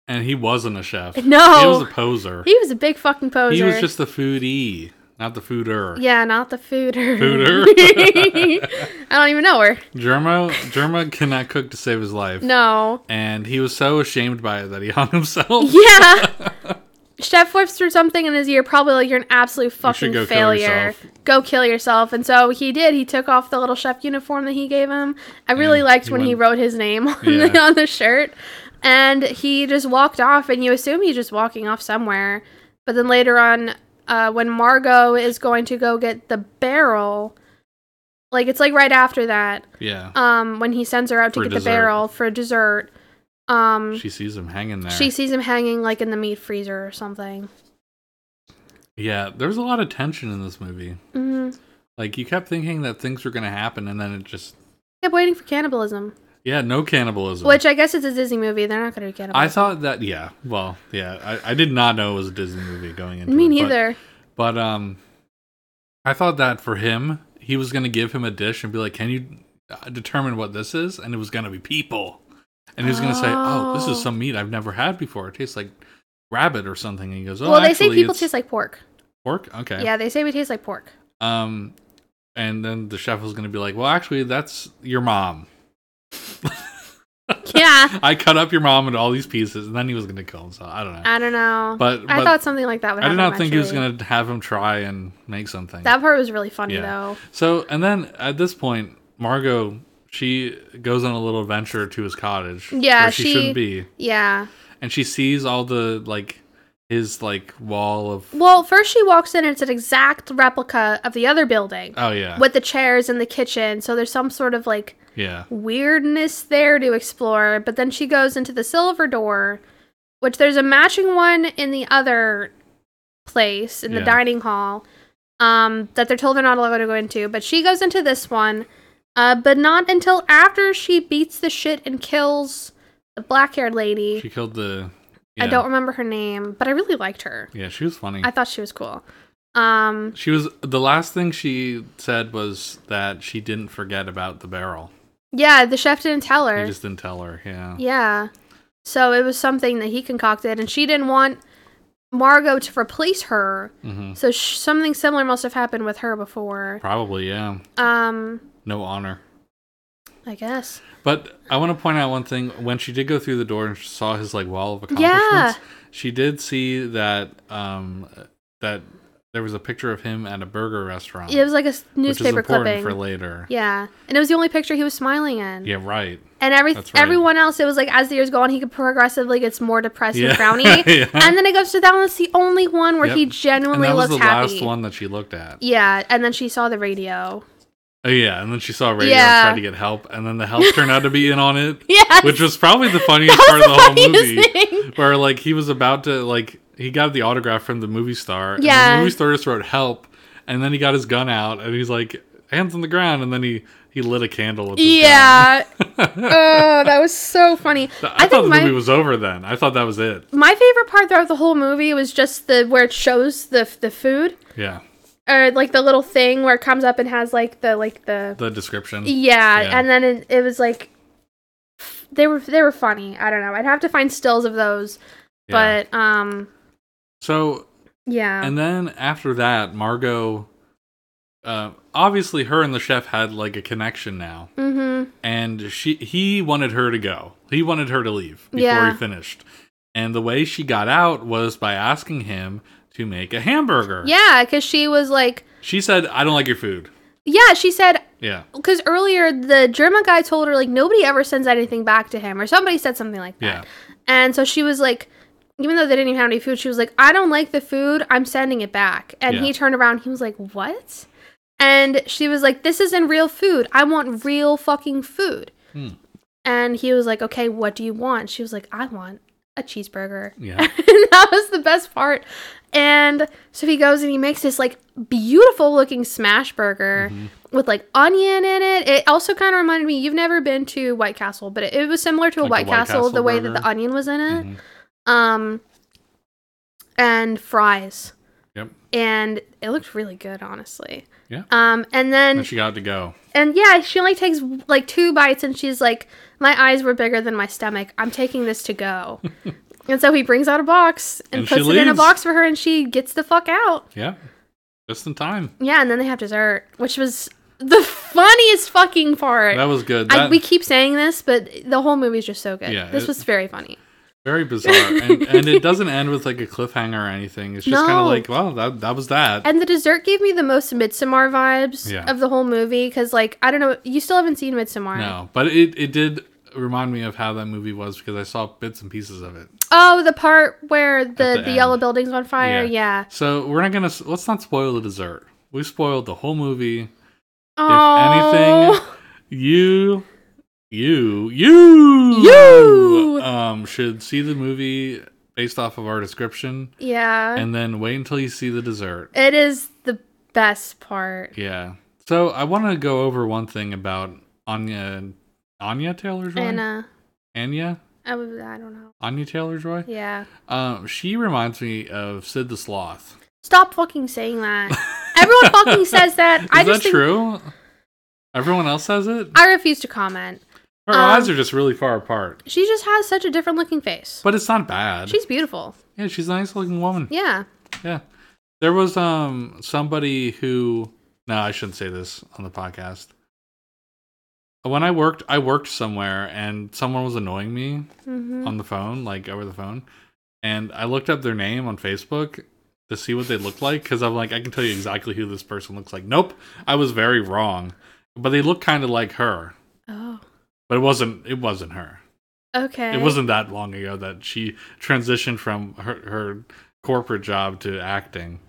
A: And he wasn't a chef.
B: No.
A: He was a poser.
B: He was a big fucking poser.
A: He was just the foodie, not the fooder.
B: yeah, not the fooder.
A: Fooder?
B: I don't even know her.
A: Germa Germa cannot cook to save his life.
B: No.
A: And he was so ashamed by it that he hung himself.
B: Yeah. Chef whips through something in his ear, probably like you're an absolute fucking
A: go kill
B: failure.
A: yourself."
B: go kill yourself. And so he did. He took off the little chef uniform that he gave him. I really
A: And
B: liked
A: he
B: when he
A: went-
B: wrote his name on, the,
A: Yeah.
B: on the shirt. And he just walked off, and you assume he's just walking off somewhere. But then later on, uh, when Margot is going to go get the barrel, like it's like right after that,
A: Yeah.
B: um, when he sends her out to
A: For
B: get the
A: dessert.
B: barrel for dessert. Um,
A: She sees him hanging there.
B: she sees him hanging like in the meat freezer or something.
A: Yeah, there's a lot of tension in this movie.
B: hmm
A: Like you kept thinking that things were gonna happen, and then it just
B: Kept waiting for cannibalism,
A: yeah, no cannibalism.
B: which I guess it's a Disney movie. They're not going to do
A: Hmm. I
B: cannibalism.
A: thought that yeah, well yeah, I, I did not know it was a Disney movie going into
B: Me
A: it, but-
B: neither.
A: But, um, I thought that for him, he was gonna give him a dish and be like, "Can you uh, determine what this is?" And it was gonna be people, and he was gonna say, "Oh, this
B: Oh.
A: is some meat I've never had before. It tastes like rabbit or something." And he goes, "Oh,
B: well, they say
A: actually,
B: people
A: it's
B: taste like pork.
A: pork." Okay,
B: Yeah, they say we taste like pork.
A: Um, and then the chef was going to be like, "Well, actually, that's your mom.
B: yeah,
A: I cut up your mom into all these pieces." And then he was going to kill himself. I don't know.
B: I don't know.
A: but,
B: I
A: but
B: thought something like that would
A: I did
B: happen.
A: not think he was
B: actually.
A: going to have him try and make something.
B: That part was really funny
A: Yeah.
B: though.
A: so, and then at this point, Margot she goes on a little adventure to his cottage.
B: Yeah,
A: where she,
B: she-
A: shouldn't be,
B: Yeah.
A: and she sees all the like his like wall of
B: Well, first she walks in and it's an exact replica of the other building
A: oh yeah
B: with the chairs in the kitchen. So there's some sort of like
A: yeah
B: weirdness there to explore. But then she goes into the silver door, which there's a matching one in the other place in the
A: Yeah.
B: dining hall um, that they're told they're not allowed to go into. But she goes into this one, uh, but not until after she beats the shit and kills the black haired lady.
A: she killed the
B: I
A: yeah. Mm.
B: don't remember her name, but I really liked her.
A: yeah she was funny
B: I thought she was cool. Um,
A: She was the last thing she said was that she didn't forget about the barrel.
B: yeah, the chef didn't tell her.
A: He just didn't tell her. Yeah.
B: Yeah. So it was something that he concocted, and she didn't want Margot to replace her.
A: hmm
B: So sh- something similar must have happened with her before.
A: Probably. Yeah.
B: Um,
A: No honor.
B: I guess.
A: But I want to point out one thing. When she did go through the door and she saw his like wall of accomplishments, she did see that um that there was a picture of him at a burger restaurant,
B: It was like a s-
A: which is
B: newspaper
A: important
B: clipping.
A: for later.
B: yeah, and it was the only picture he was smiling in.
A: Yeah. Right.
B: And every
A: That's right.
B: everyone else, it was like as the years go on, he could progressively gets more depressed
A: Yeah.
B: and frowny.
A: Yeah.
B: And then it goes to that one. It's the only one where
A: Yep.
B: he
A: And
B: genuinely
A: that was
B: looks
A: the
B: happy.
A: last one that she looked at.
B: Yeah, and then she saw the radio.
A: Oh yeah, and then she saw a radio
B: Yeah.
A: and tried to get help, and then the help turned out to be in on it.
B: Yeah,
A: which was probably the funniest
B: that was
A: part of the whole movie,
B: funniest thing.
A: where like he was about to like he got the autograph from the movie star. and
B: Yeah.
A: the movie star just wrote help, and then he got his gun out and he's like hands on the ground, and then he he lit a candle with his
B: Yeah.
A: gun.
B: oh, that was so funny.
A: I,
B: I,
A: thought the
B: think my
A: movie was over then. I thought that was it.
B: my favorite part throughout the whole movie was just the where it shows the the food
A: Yeah,
B: or like the little thing where it comes up and has like the like the
A: the description.
B: yeah,
A: Yeah.
B: and then it, it was like they were they were funny. I don't know. I'd have to find stills of those,
A: Yeah.
B: but um
A: So
B: Yeah.
A: and then after that, Margot, uh, obviously, her and the chef had like a connection now,
B: mm-hmm.
A: and she he wanted her to go. He wanted her to leave before
B: Yeah.
A: he finished. And the way she got out was by asking him to make a hamburger.
B: Yeah, because she was like,
A: She said, "I don't like your food."
B: yeah, she said,
A: Yeah.
B: because earlier the German guy told her like nobody ever sends anything back to him, or somebody said something like that.
A: Yeah.
B: And so she was like, even though they didn't even have any food, she was like, I don't like the food. I'm sending it back. And
A: Yeah.
B: he turned around. He was like, What? And she was like, This isn't real food. I want real fucking food.
A: Hmm.
B: And he was like, Okay, what do you want? She was like, I want a cheeseburger.
A: Yeah.
B: And that was the best part. And so he goes and he makes this like beautiful looking smash
A: Mm-hmm.
B: burger with like onion in it. It also kind of reminded me, you've never been to White Castle, but it, it was similar to a
A: Like a
B: White,
A: White
B: Castle, the
A: Castle
B: way that
A: burger?
B: the onion was in it.
A: Mhm.
B: Um, and fries.
A: Yep.
B: And it looked really good, honestly.
A: Yeah.
B: Um, and then
A: And she got to go.
B: and yeah, she only takes like two bites and she's like, My eyes were bigger than my stomach. I'm taking this to go. and so he brings out a box and,
A: And she
B: puts it in a
A: leaves.
B: box for her and she gets the fuck out.
A: Yeah. Just in time.
B: Yeah, and then they have dessert, which was the funniest fucking part.
A: That was good.
B: I,
A: That
B: we keep saying this, but the whole movie's just so good.
A: Yeah,
B: this
A: it-
B: was very funny.
A: very bizarre, and, and it doesn't end with like a cliffhanger or anything. It's just kind
B: No.
A: of like, well, that that was that.
B: And the dessert gave me the most Midsommar vibes
A: Yeah.
B: of the whole movie because, like, I don't know, you still haven't seen Midsommar.
A: No, but it, it did remind me of how that movie was because I saw bits and pieces of it.
B: Oh, the part where the, the,
A: the
B: yellow
A: end.
B: building's on fire.
A: Yeah.
B: yeah.
A: So we're not gonna s- let's not spoil the dessert. We spoiled the whole movie.
B: Oh.
A: You, you, you,
B: You!
A: um, should see the movie based off of our description,
B: Yeah.
A: and then wait until you see the dessert.
B: it is the best part.
A: Yeah. So I want to go over one thing about Anya, Anya Taylor Joy,
B: And uh
A: Anya,
B: I, would, I don't know.
A: Anya Taylor Joy.
B: Yeah.
A: Um, she reminds me of Sid the Sloth.
B: Stop fucking saying that. Everyone fucking says that.
A: Is
B: I
A: that
B: just think
A: true? Everyone else says it.
B: I refuse to comment.
A: Her
B: um,
A: eyes are just really far apart,
B: She just has such a different looking face.
A: but it's not bad.
B: She's beautiful.
A: yeah, she's a nice looking woman.
B: Yeah.
A: Yeah. There was um somebody who no, I shouldn't say this on the podcast. When I worked, I worked somewhere and someone was annoying me
B: hmm
A: on the phone, like over the phone. And I looked up their name on Facebook to see what they looked like because I'm like, I can tell you exactly who this person looks like. Nope, I was very wrong. But they look kind of like her,
B: Oh.
A: but it wasn't. It wasn't her.
B: Okay.
A: It wasn't that long ago that she transitioned from her, her corporate job to acting.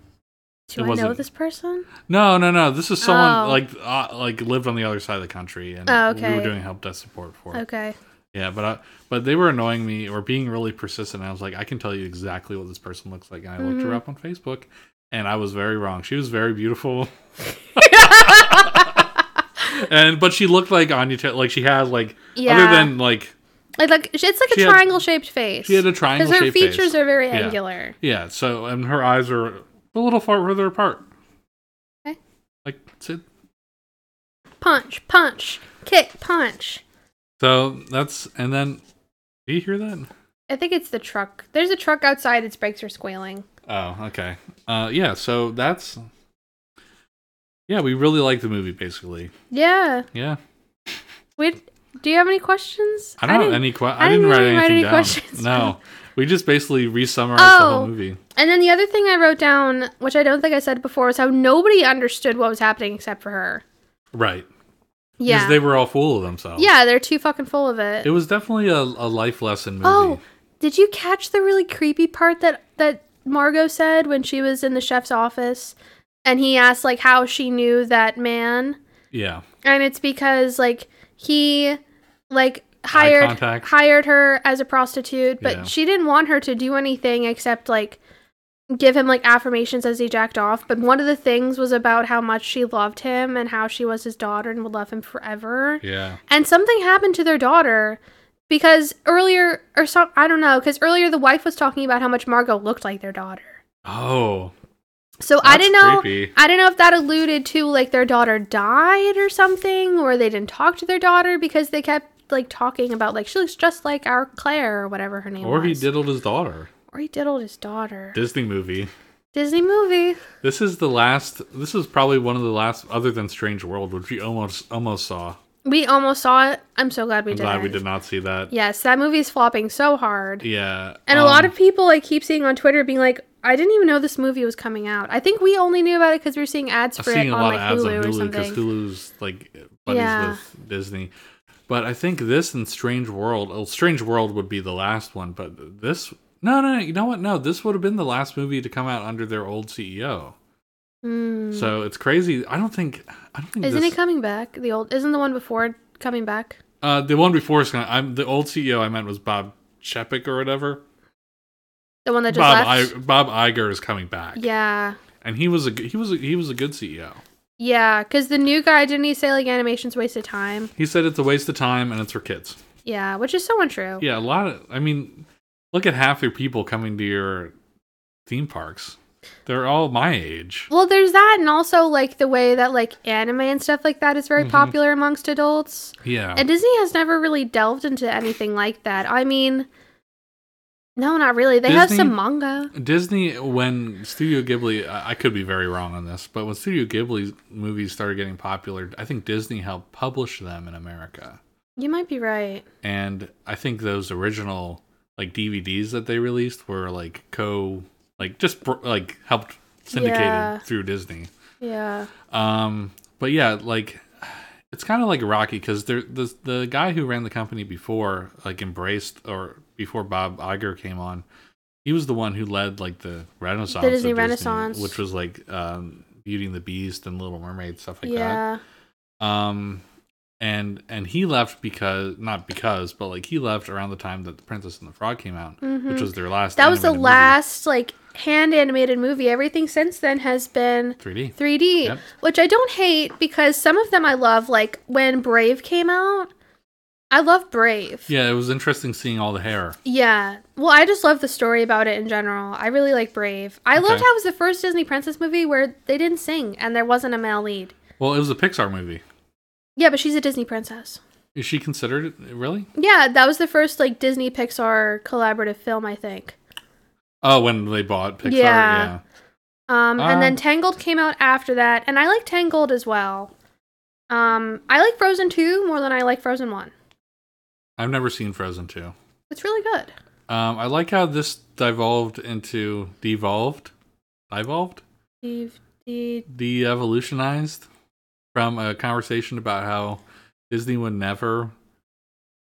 B: Do
A: it
B: I know
A: wasn't-
B: this person?
A: No, no, no. This is someone
B: Oh.
A: like uh, like lived on the other side of the country, and
B: Oh,
A: we
B: okay.
A: were doing help desk support for. it.
B: Okay.
A: Yeah, but I, but they were annoying me or being really persistent. I was like, I can tell you exactly what this person looks like, and I looked her
B: Mhm.
A: up on Facebook, and I was very wrong. She was very beautiful, and but she looked like Anya. Ta- like she had like
B: yeah.
A: other than like
B: like, like it's like a
A: She had-
B: triangle shaped face.
A: she had a triangle
B: her
A: shape.
B: features
A: face.
B: are very
A: Yeah.
B: angular.
A: yeah. So and her eyes are a little far further apart.
B: Okay.
A: Like Sid.
B: Punch, punch, kick, punch.
A: So that's and then. Do you hear that?
B: I think it's the truck. There's a truck outside. Its brakes are squealing.
A: Oh, okay. Uh, yeah. So that's. Yeah, we really like the movie. Basically,
B: Yeah.
A: yeah.
B: We. Do you have any questions?
A: I don't have
B: didn't-
A: any que-
B: I
A: I, didn't
B: didn't
A: write
B: really
A: anything
B: write any
A: down.
B: questions down.
A: No, we just basically re-summarized the
B: Oh.
A: whole movie.
B: And then the other thing I wrote down, which I don't think I said before, was how nobody understood what was happening except for her.
A: Right. Because
B: Yeah.
A: they were all full of themselves.
B: yeah, they're too fucking full of it.
A: It was definitely a, a life lesson movie.
B: oh, did you catch the really creepy part that that Margot said when she was in the chef's office, and he asked like how she knew that man,
A: Yeah.
B: and it's because like he like
A: Eye
B: hired
A: contact.
B: hired her as a prostitute, but
A: Yeah.
B: she didn't want her to do anything except like give him like affirmations as he jacked off. But one of the things was about how much she loved him and how she was his daughter and would love him forever.
A: yeah.
B: And something happened to their daughter because earlier or some I don't know, because earlier the wife was talking about how much Margot looked like their daughter.
A: Oh.
B: So
A: That's
B: I didn't know
A: creepy.
B: I don't know if that alluded to like their daughter died or something, or they didn't talk to their daughter because they kept like talking about like she looks just like our Claire or whatever her name
A: Or he
B: was.
A: diddled his daughter.
B: Ray diddled his daughter.
A: Disney movie.
B: Disney movie.
A: This is the last. This is probably one of the last, other than Strange World, which we almost almost saw.
B: We almost saw it. I'm so glad we
A: I'm
B: didn't.
A: glad we did not see that.
B: Yes, that movie's flopping so hard.
A: Yeah.
B: And a lot
A: um,
B: of people I keep seeing on Twitter being like, I didn't even know this movie was coming out. I think we only knew about it because we were seeing ads
A: I've
B: for
A: seen
B: it
A: a
B: on
A: lot
B: like
A: of ads
B: Hulu,
A: on
B: or
A: Hulu because
B: something.
A: Hulu's like buddies
B: Yeah.
A: with Disney. But I think this and Strange World. Oh, Strange World would be the last one, but this. No, no, no. You know what? No, this would have been the last movie to come out under their old CEO.
B: Mm.
A: So it's crazy. I don't think. I don't think.
B: Isn't
A: this,
B: it coming back? The old isn't the one before coming back?
A: Uh, the one before is gonna. I'm the old CEO. I meant was Bob Chepik or whatever.
B: The one that just
A: Bob
B: left.
A: I, Bob Iger is coming back.
B: yeah,
A: and he was a g- he was a, he was a good E CEO.
B: yeah. Because the new guy didn't he say like animation's a waste of time?
A: He said it's a waste of time and it's for kids.
B: Yeah, which is so untrue.
A: Yeah, a lot of. I mean, look at half your people coming to your theme parks. They're all my age.
B: Well, there's that, and also like the way that like anime and stuff like that is very
A: Mhm.
B: popular amongst adults.
A: Yeah,
B: And Disney has never really delved into anything like that. I mean, no, not really. They have
A: Disney-
B: some manga.
A: Disney when Studio Ghibli. I I could be very wrong on this, but when Studio Ghibli movies started getting popular, I think Disney helped publish them in America.
B: You might be right.
A: and I think those original like DVDs that they released were like co like just br- like helped syndicated
B: Yeah.
A: through Disney.
B: Yeah.
A: Um, but yeah, like it's kind of like Rocky because there the the guy who ran the company before like embraced or before Bob Iger came on, he was the one who led like the Renaissance, of
B: Disney Renaissance.
A: which was like um, Beauty and the Beast and Little Mermaid stuff like that
B: yeah.
A: um and and he left because not because but like he left around the time that the princess and the frog came out
B: Mhm.
A: which was their last
B: that was the
A: animated
B: last like hand animated movie. Everything since then has been
A: movie. 3d
B: 3D,
A: Yep.
B: which I don't hate because some of them I love. Like when Brave came out, I love Brave.
A: yeah it was interesting seeing all the hair
B: Yeah. Well, I just love the story about it in general. I really like Brave. I loved
A: Okay.
B: how it was the first Disney princess movie where they didn't sing and there wasn't a male lead.
A: well it was a pixar movie
B: Yeah, but she's a Disney princess.
A: is she considered it really
B: Yeah, that was the first like Disney Pixar collaborative film, I think.
A: oh when they bought pixar
B: Yeah.
A: yeah,
B: Um, and
A: Um,
B: then Tangled came out after that, and I like Tangled as well. Um, I like Frozen 2 more than I like Frozen 1.
A: i've never seen frozen 2 um
B: It's really good.
A: i like how this devolved into devolved devolved
B: Steve, the
A: de-evolutionized from a conversation about how Disney would never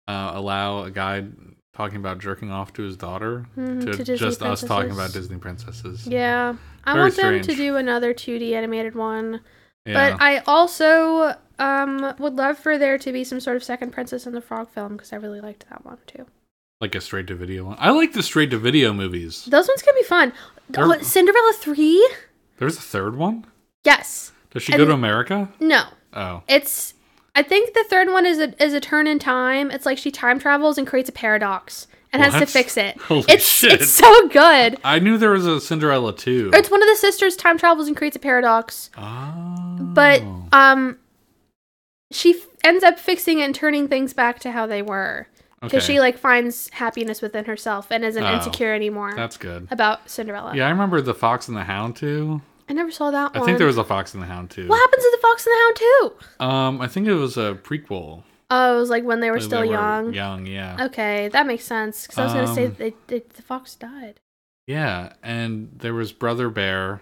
A: uh, allow a guy talking about jerking off to his daughter
B: Mhm,
A: to,
B: to Disney
A: just us talking about
B: princesses.
A: Disney princesses.
B: Yeah. I
A: Very
B: want them
A: strange.
B: to do another 2D animated one.
A: Yeah.
B: But I also um, would love for there to be some sort of second Princess and the Frog film because I really liked that one too.
A: like a straight to video one. I like the straight to video movies.
B: Those ones can be fun.
A: They're-
B: Oh, Cinderella 3?
A: There's a third one?
B: Yes.
A: Does she
B: And-
A: go to America?
B: No.
A: Oh.
B: It's. I think the third one is a, is a turn in time. It's like she time travels and creates a paradox and has to
A: What?
B: fix it.
A: Holy
B: it's
A: shit.
B: it's so good.
A: I knew there was a Cinderella too.
B: It's one of the sisters time travels and creates a paradox,
A: oh.
B: but um, she f- ends up fixing it and turning things back to how they were.
A: okay.
B: because she like finds happiness within herself and isn't
A: Oh,
B: insecure anymore
A: That's good.
B: about Cinderella.
A: Yeah, I remember the Fox and the Hound too.
B: I never saw that
A: I
B: one.
A: think there was a Fox and the Hound too.
B: What happens to the Fox and the Hound too?
A: Um, I think it was a prequel.
B: Oh, it was like when they were
A: They
B: still young.
A: Young, yeah.
B: Okay, that makes sense because I was gonna say
A: Um,
B: they, they, the fox died.
A: Yeah, and there was Brother Bear.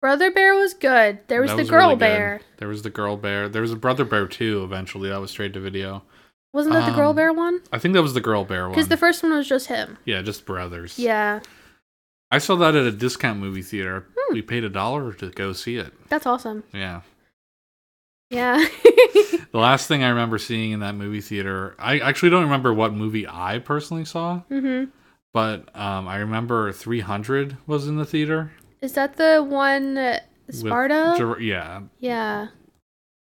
B: Brother Bear was good. There was
A: That
B: the
A: really
B: girl
A: good.
B: bear.
A: There was the girl bear. There was a Brother Bear too. Eventually, that was straight to video.
B: Wasn't that the girl
A: Um,
B: bear one?
A: I think that was the girl bear one.
B: Because the first one was just him.
A: yeah, just brothers.
B: Yeah,
A: I saw that at a discount movie theater.
B: Hmm.
A: We paid a dollar to go see it.
B: that's awesome.
A: Yeah.
B: Yeah.
A: The last thing I remember seeing in that movie theater, I actually don't remember what movie I personally saw,
B: hmm
A: but um, I remember 300 was in the theater.
B: Is that the one uh,
A: with
B: Sparta?
A: Jir- yeah,
B: yeah.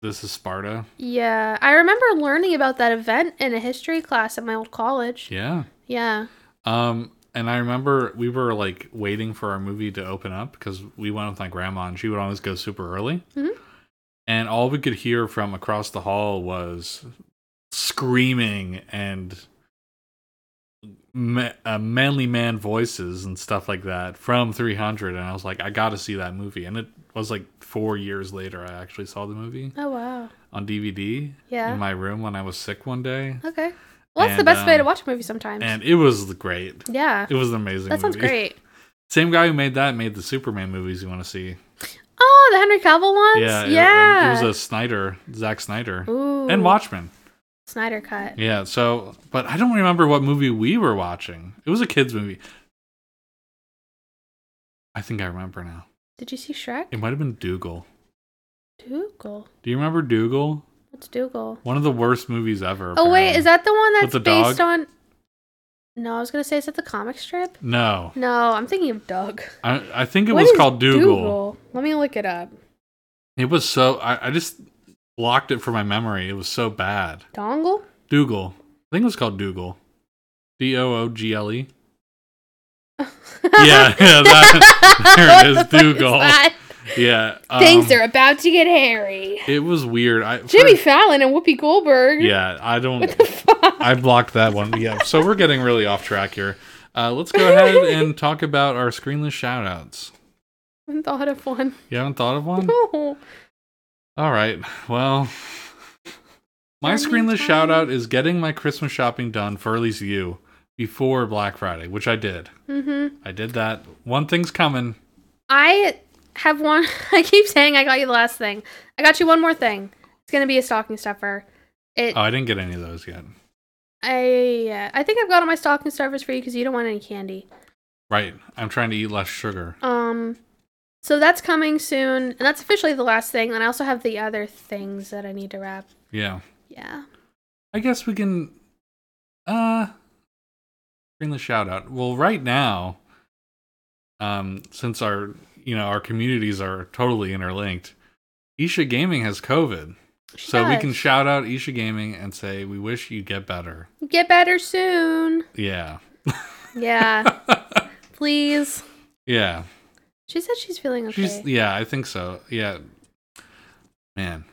A: this is Sparta.
B: Yeah, I remember learning about that event in a history class at my old college.
A: Yeah.
B: Yeah.
A: Um, and I remember we were like waiting for our movie to open up because we went with my grandma and she would always go super early.
B: Mhm.
A: And all we could hear from across the hall was screaming and ma- uh, manly man voices and stuff like that from 300, and I was like, I got to see that movie. And it was like four years later I actually saw the movie
B: Oh wow.
A: on DVD
B: Yeah. Oh,
A: in my room when I was sick one day,
B: Okay. Well, that's the
A: And,
B: best way to
A: um,
B: watch a movie sometimes.
A: and it was great.
B: yeah.
A: It was an amazing.
B: That sounds
A: movie.
B: great.
A: Same guy who made that made the Superman movies you want to see.
B: Oh, the Henry Cavill ones.
A: Yeah, it-
B: yeah.
A: It, was a Snyder, Zack Snyder,
B: Ooh.
A: and Watchmen.
B: Snyder cut.
A: Yeah. So, but I don't remember what movie we were watching. It was a kids movie. I think I remember now.
B: Did you see Shrek?
A: It might have been Dougal.
B: Dougal.
A: Do you remember Dougal?
B: What's Dougal?
A: One of the worst movies ever.
B: Oh wait, is that the one
A: With
B: that's
A: the
B: based
A: dog?
B: on? No, I was gonna say is that the comic strip?
A: No,
B: No, I'm thinking of Doug.
A: I, I think it
B: What
A: was
B: is
A: called Dougal.
B: Let me look it up.
A: It was so I, I just blocked it from my memory. It was so bad.
B: Dongle.
A: Dougal. I think it was called Dougal. D O O G L E. Yeah, yeah, that,
B: What
A: there it
B: the
A: is,
B: fuck is
A: Dougal.
B: that?
A: Yeah, um,
B: Things are about to get hairy.
A: It was weird. I,
B: Jimmy
A: for-
B: Fallon and Whoopi Goldberg.
A: yeah, I don't.
B: What the fuck?
A: I blocked that one. Yeah, so we're getting really off track here. Uh, let's go ahead and talk about our screenless shoutouts.
B: I thought of one.
A: You haven't thought of one?
B: No.
A: All right. Well, my
B: Morning
A: screenless
B: time.
A: shout out is getting my Christmas shopping done for at least you before Black Friday, which I did.
B: Mm-hmm.
A: I did that. One thing's coming.
B: I have one. I keep saying I got you the last thing. I got you one more thing. It's gonna be a stocking stuffer. It.
A: Oh, I didn't get any of those yet.
B: I. Uh, I think I've got all my stocking stuffers for you because you don't want any candy.
A: Right. I'm trying to eat less sugar.
B: Um. So that's coming soon, and that's officially the last thing. And I also have the other things that I need to wrap.
A: Yeah.
B: Yeah.
A: I guess we can uh bring the shout out. Well, right now um since our you know our communities are totally interlinked, Isha Gaming has COVID. So we can
B: Yes.
A: shout out Isha Gaming and say we wish you get better.
B: get better soon.
A: Yeah.
B: Yeah. Please.
A: yeah.
B: She said she's feeling okay.
A: She's yeah, I think so. Yeah. Man.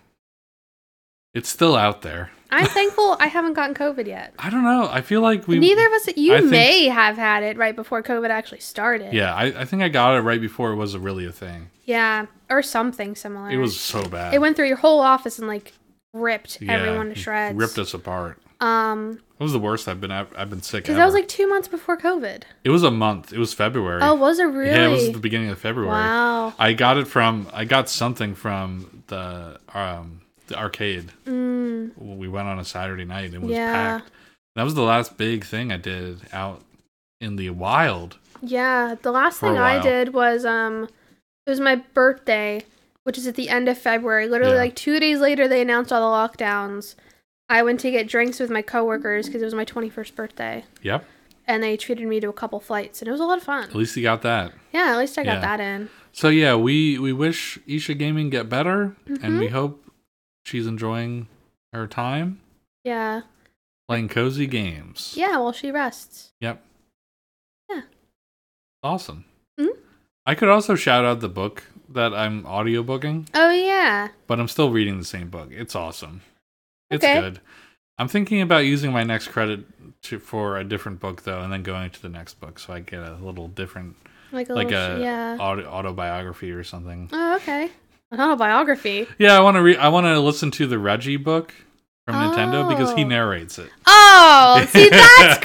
A: It's still out there.
B: I'm thankful I haven't gotten COVID yet.
A: I don't know. I feel like we
B: Neither of us. You
A: I think-
B: may have had it right before COVID actually started.
A: Yeah, I, I think I got it right before it was really a thing.
B: Yeah, or something similar.
A: It was so bad.
B: It went through your whole office and like ripped
A: Yeah,
B: everyone to shreds.
A: ripped us apart.
B: Um,
A: It was the worst I've been. I've, I've been sick.
B: because
A: Ever.
B: that was like two months before COVID.
A: it was a month. It was February.
B: Oh, was it really?
A: yeah, it was the beginning of February.
B: Wow.
A: I got it from. I got something from the um the arcade.
B: Mm,
A: We went on a Saturday night. and It was
B: Yeah.
A: packed. That was the last big thing I did out in the wild.
B: yeah. The last
A: For a
B: thing I
A: while.
B: did was um, it was my birthday, which is at the end of February. Literally,
A: Yeah.
B: like two days later, they announced all the lockdowns. I went to get drinks with my coworkers because it was my 21st birthday,
A: Yep.
B: and they treated me to a couple flights, and it was a lot of fun.
A: At least you got that.
B: Yeah, at least I got
A: Yeah.
B: that in.
A: So yeah, we we wish Isha Gaming get better, and
B: Mhm.
A: we hope she's enjoying her time
B: Yeah.
A: playing cozy games.
B: Yeah, while she rests.
A: Yep.
B: Yeah.
A: Awesome.
B: Mhm.
A: I could also shout out the book that I'm audiobooking,
B: Oh yeah.
A: but I'm still reading the same book. It's awesome. It's
B: Okay.
A: good. I'm thinking about using my next credit to, for a different book though, and then going to the next book, so I get a little different
B: Like a
A: Like
B: little sh-
A: a-
B: yeah.
A: auto- autobiography or something.
B: Oh, okay. An autobiography.
A: Yeah, I want to re- I want to listen to the Reggie book from Nintendo because he
B: Oh.
A: narrates it.
B: Oh, see that's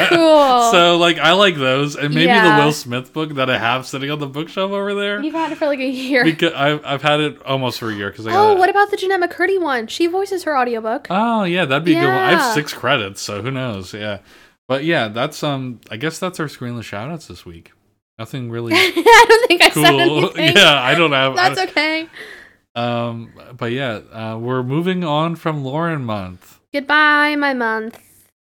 B: cool.
A: So like I like those and maybe
B: Oh. Yeah.
A: the Will Smith book that I have sitting on the bookshelf over there.
B: You've had it for like a year.
A: Because I've I've had it almost for a year because I got
B: oh,
A: it.
B: what about the Jeanette McCurdy one? She voices her audiobook.
A: oh yeah, that'd be a good. One. I
B: Yeah.
A: have six credits, so who knows? Yeah, but yeah, that's um. I guess that's our screenless shoutouts this week. Nothing really
B: I don't think I said
A: cool.
B: anything.
A: yeah, I don't have.
B: That's
A: I-
B: okay.
A: um, but yeah, uh, we're moving on from Lauren month.
B: Goodbye, my month.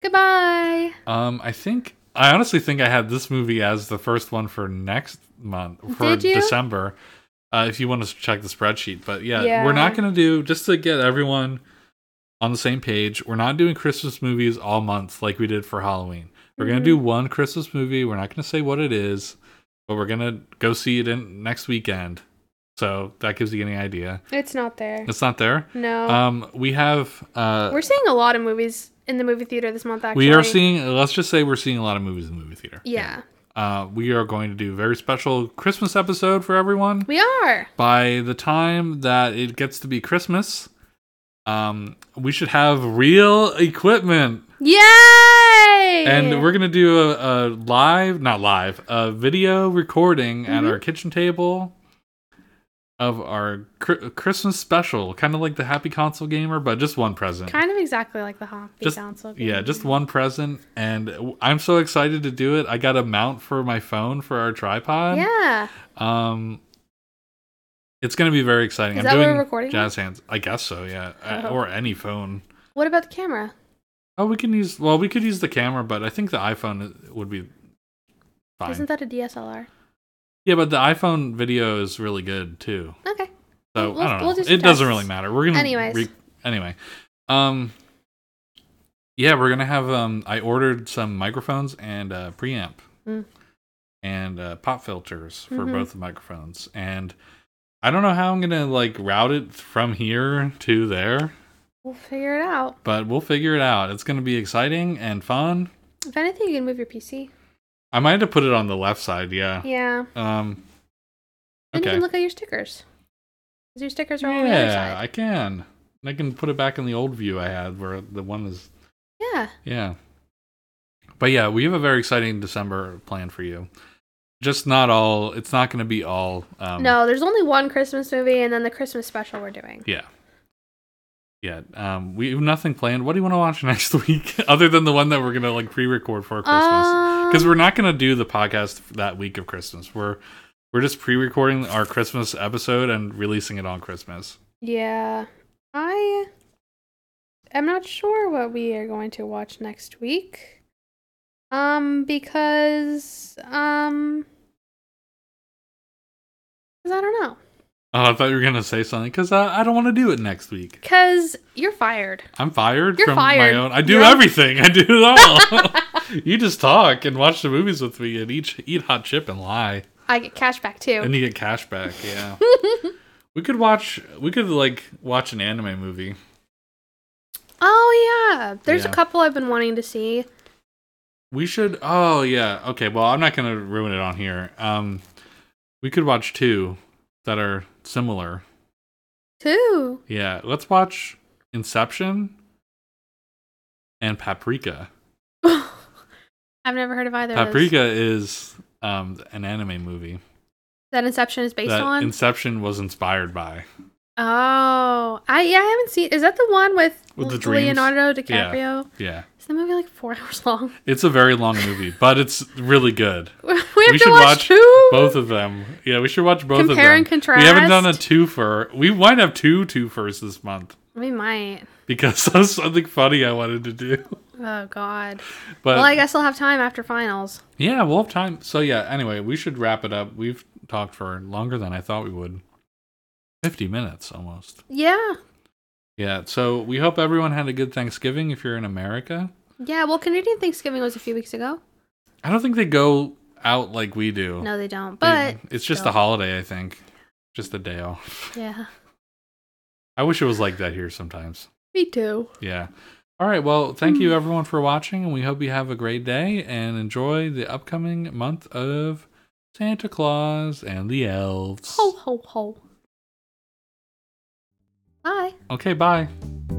B: Goodbye.
A: Um, I think I honestly think I had this movie as the first one for next month for
B: Did you?
A: December. Uh, if you want to check the spreadsheet, but yeah,
B: Yeah.
A: we're not gonna do just to get everyone on the same page. We're not doing Christmas movies all month like we did for Halloween. We're gonna
B: Mhm.
A: do one Christmas movie. We're not gonna say what it is, but we're gonna go see it in next weekend. So that gives you any idea.
B: It's not there.
A: It's not there.
B: No.
A: Um, we have uh,
B: We're seeing a lot of movies in the movie theater this month. Actually,
A: We are seeing, let's just say we're seeing a lot of movies in the movie theater.
B: Yeah,
A: Uh, we are going to do a very special Christmas episode for everyone.
B: we are.
A: By the time that it gets to be Christmas, um, we should have real equipment.
B: Yay!
A: And we're going to do a, a live, not live, a video recording at
B: Mhm.
A: our kitchen table of our cr- Christmas special, kind of like the Happy Console Gamer, but just one present.
B: kind of exactly like the Hoppy
A: Um, Just-
B: Council.
A: Yeah, just one present, and w- I'm so excited to do it. I got a mount for my phone for our tripod.
B: Yeah,
A: Um, it's gonna be very exciting.
B: Is
A: I'm
B: that what
A: doing
B: we're recording
A: jazz hands. I guess so. Yeah, I-
B: Oh.
A: or any phone.
B: what about the camera?
A: Oh, we can use. Well, we could use the camera, but I think the iPhone would be fine.
B: Isn't that a DSLR?
A: yeah, but the iPhone video is really good too.
B: Okay.
A: So
B: We'll-
A: I don't know.
B: we'll do
A: it
B: some
A: doesn't
B: tests.
A: really matter. We're gonna
B: Anyways.
A: anyway, um, yeah, we're gonna have um. I ordered some microphones and a preamp,
B: Mm.
A: and uh, pop filters for
B: Mhm.
A: both the microphones. And I don't know how I'm gonna like route it from here to there,
B: We'll figure it out.
A: but we'll figure it out. It's gonna be exciting and fun.
B: If anything, you can move your PC.
A: I might have to put it on the left side. Yeah.
B: Yeah.
A: Um.
B: And you
A: Ah. Okay.
B: can look at your stickers. 'Cause your stickers are all on the other
A: Yeah,
B: side.
A: I can. And I can put it back in the old view I had where the one is
B: Yeah.
A: Yeah. But yeah, we have a very exciting December plan for you. Just not all. It's not going to be all. Um,
B: no, there's only one Christmas movie and then the Christmas special we're doing.
A: Yeah. Yeah. Um, we have nothing planned. What do you want to watch next week, other than the one that we're going to like pre-record for Christmas? Because
B: Um,
A: we're not going to do the podcast that week of Christmas. We're we're just pre-recording our Christmas episode and releasing it on Christmas.
B: Yeah. I am not sure what we are going to watch next week. Um, because um 'cause I don't know.
A: Oh, I thought you were going to say something because I, I don't want to do it next week.
B: Cause you're fired.
A: I'm fired
B: You're
A: from
B: fired.
A: my own. I do
B: You're-
A: everything. I do it all. you just talk and watch the movies with me and each eat hot chip and lie,
B: I get cash back too.
A: and you get cash back. Yeah, we could watch. We could like watch an anime movie.
B: oh yeah. There's
A: Yeah.
B: a couple I've been wanting to see.
A: We should. Oh yeah. Okay. Well, I'm not gonna ruin it on here. Um, we could watch two that are similar.
B: Two.
A: Yeah. Let's watch Inception and Paprika.
B: I've never heard of either of those.
A: Paprika is um an anime movie.
B: That Inception is based
A: that
B: on.
A: Inception was inspired by.
B: oh, I yeah, I haven't seen. Is that the one with,
A: With the
B: L-
A: dreams?
B: Leonardo DiCaprio?
A: Yeah.
B: Is the movie like four hours long?
A: It's a very long movie, but it's really good.
B: we have to
A: should
B: watch,
A: watch
B: two.
A: Both of them. Yeah, we should watch both of them.
B: Compare and
A: We haven't done a
B: contrast.
A: twofer. We might have two twofers this month
B: we might.
A: because that's something funny I wanted to do.
B: Oh God.
A: But
B: well, I guess I'll have time after finals.
A: yeah, we'll have time. So yeah, anyway, we should wrap it up. We've talked for longer than I thought we would. 50 minutes almost.
B: Yeah.
A: Yeah, so we hope everyone had a good Thanksgiving if you're in America.
B: Yeah. Well, Canadian Thanksgiving was a few weeks ago.
A: I don't think they go out like we do.
B: No, they don't.
A: Yeah,
B: But
A: it's just
B: still.
A: a holiday, I think. Just a day off.
B: yeah.
A: I wish it was like that here sometimes.
B: Me too.
A: Yeah. All right. Well, thank you everyone for watching, and we hope you have a great day and enjoy the upcoming month of Santa Claus and the elves.
B: Ho ho ho. Bye.
A: Okay. Bye.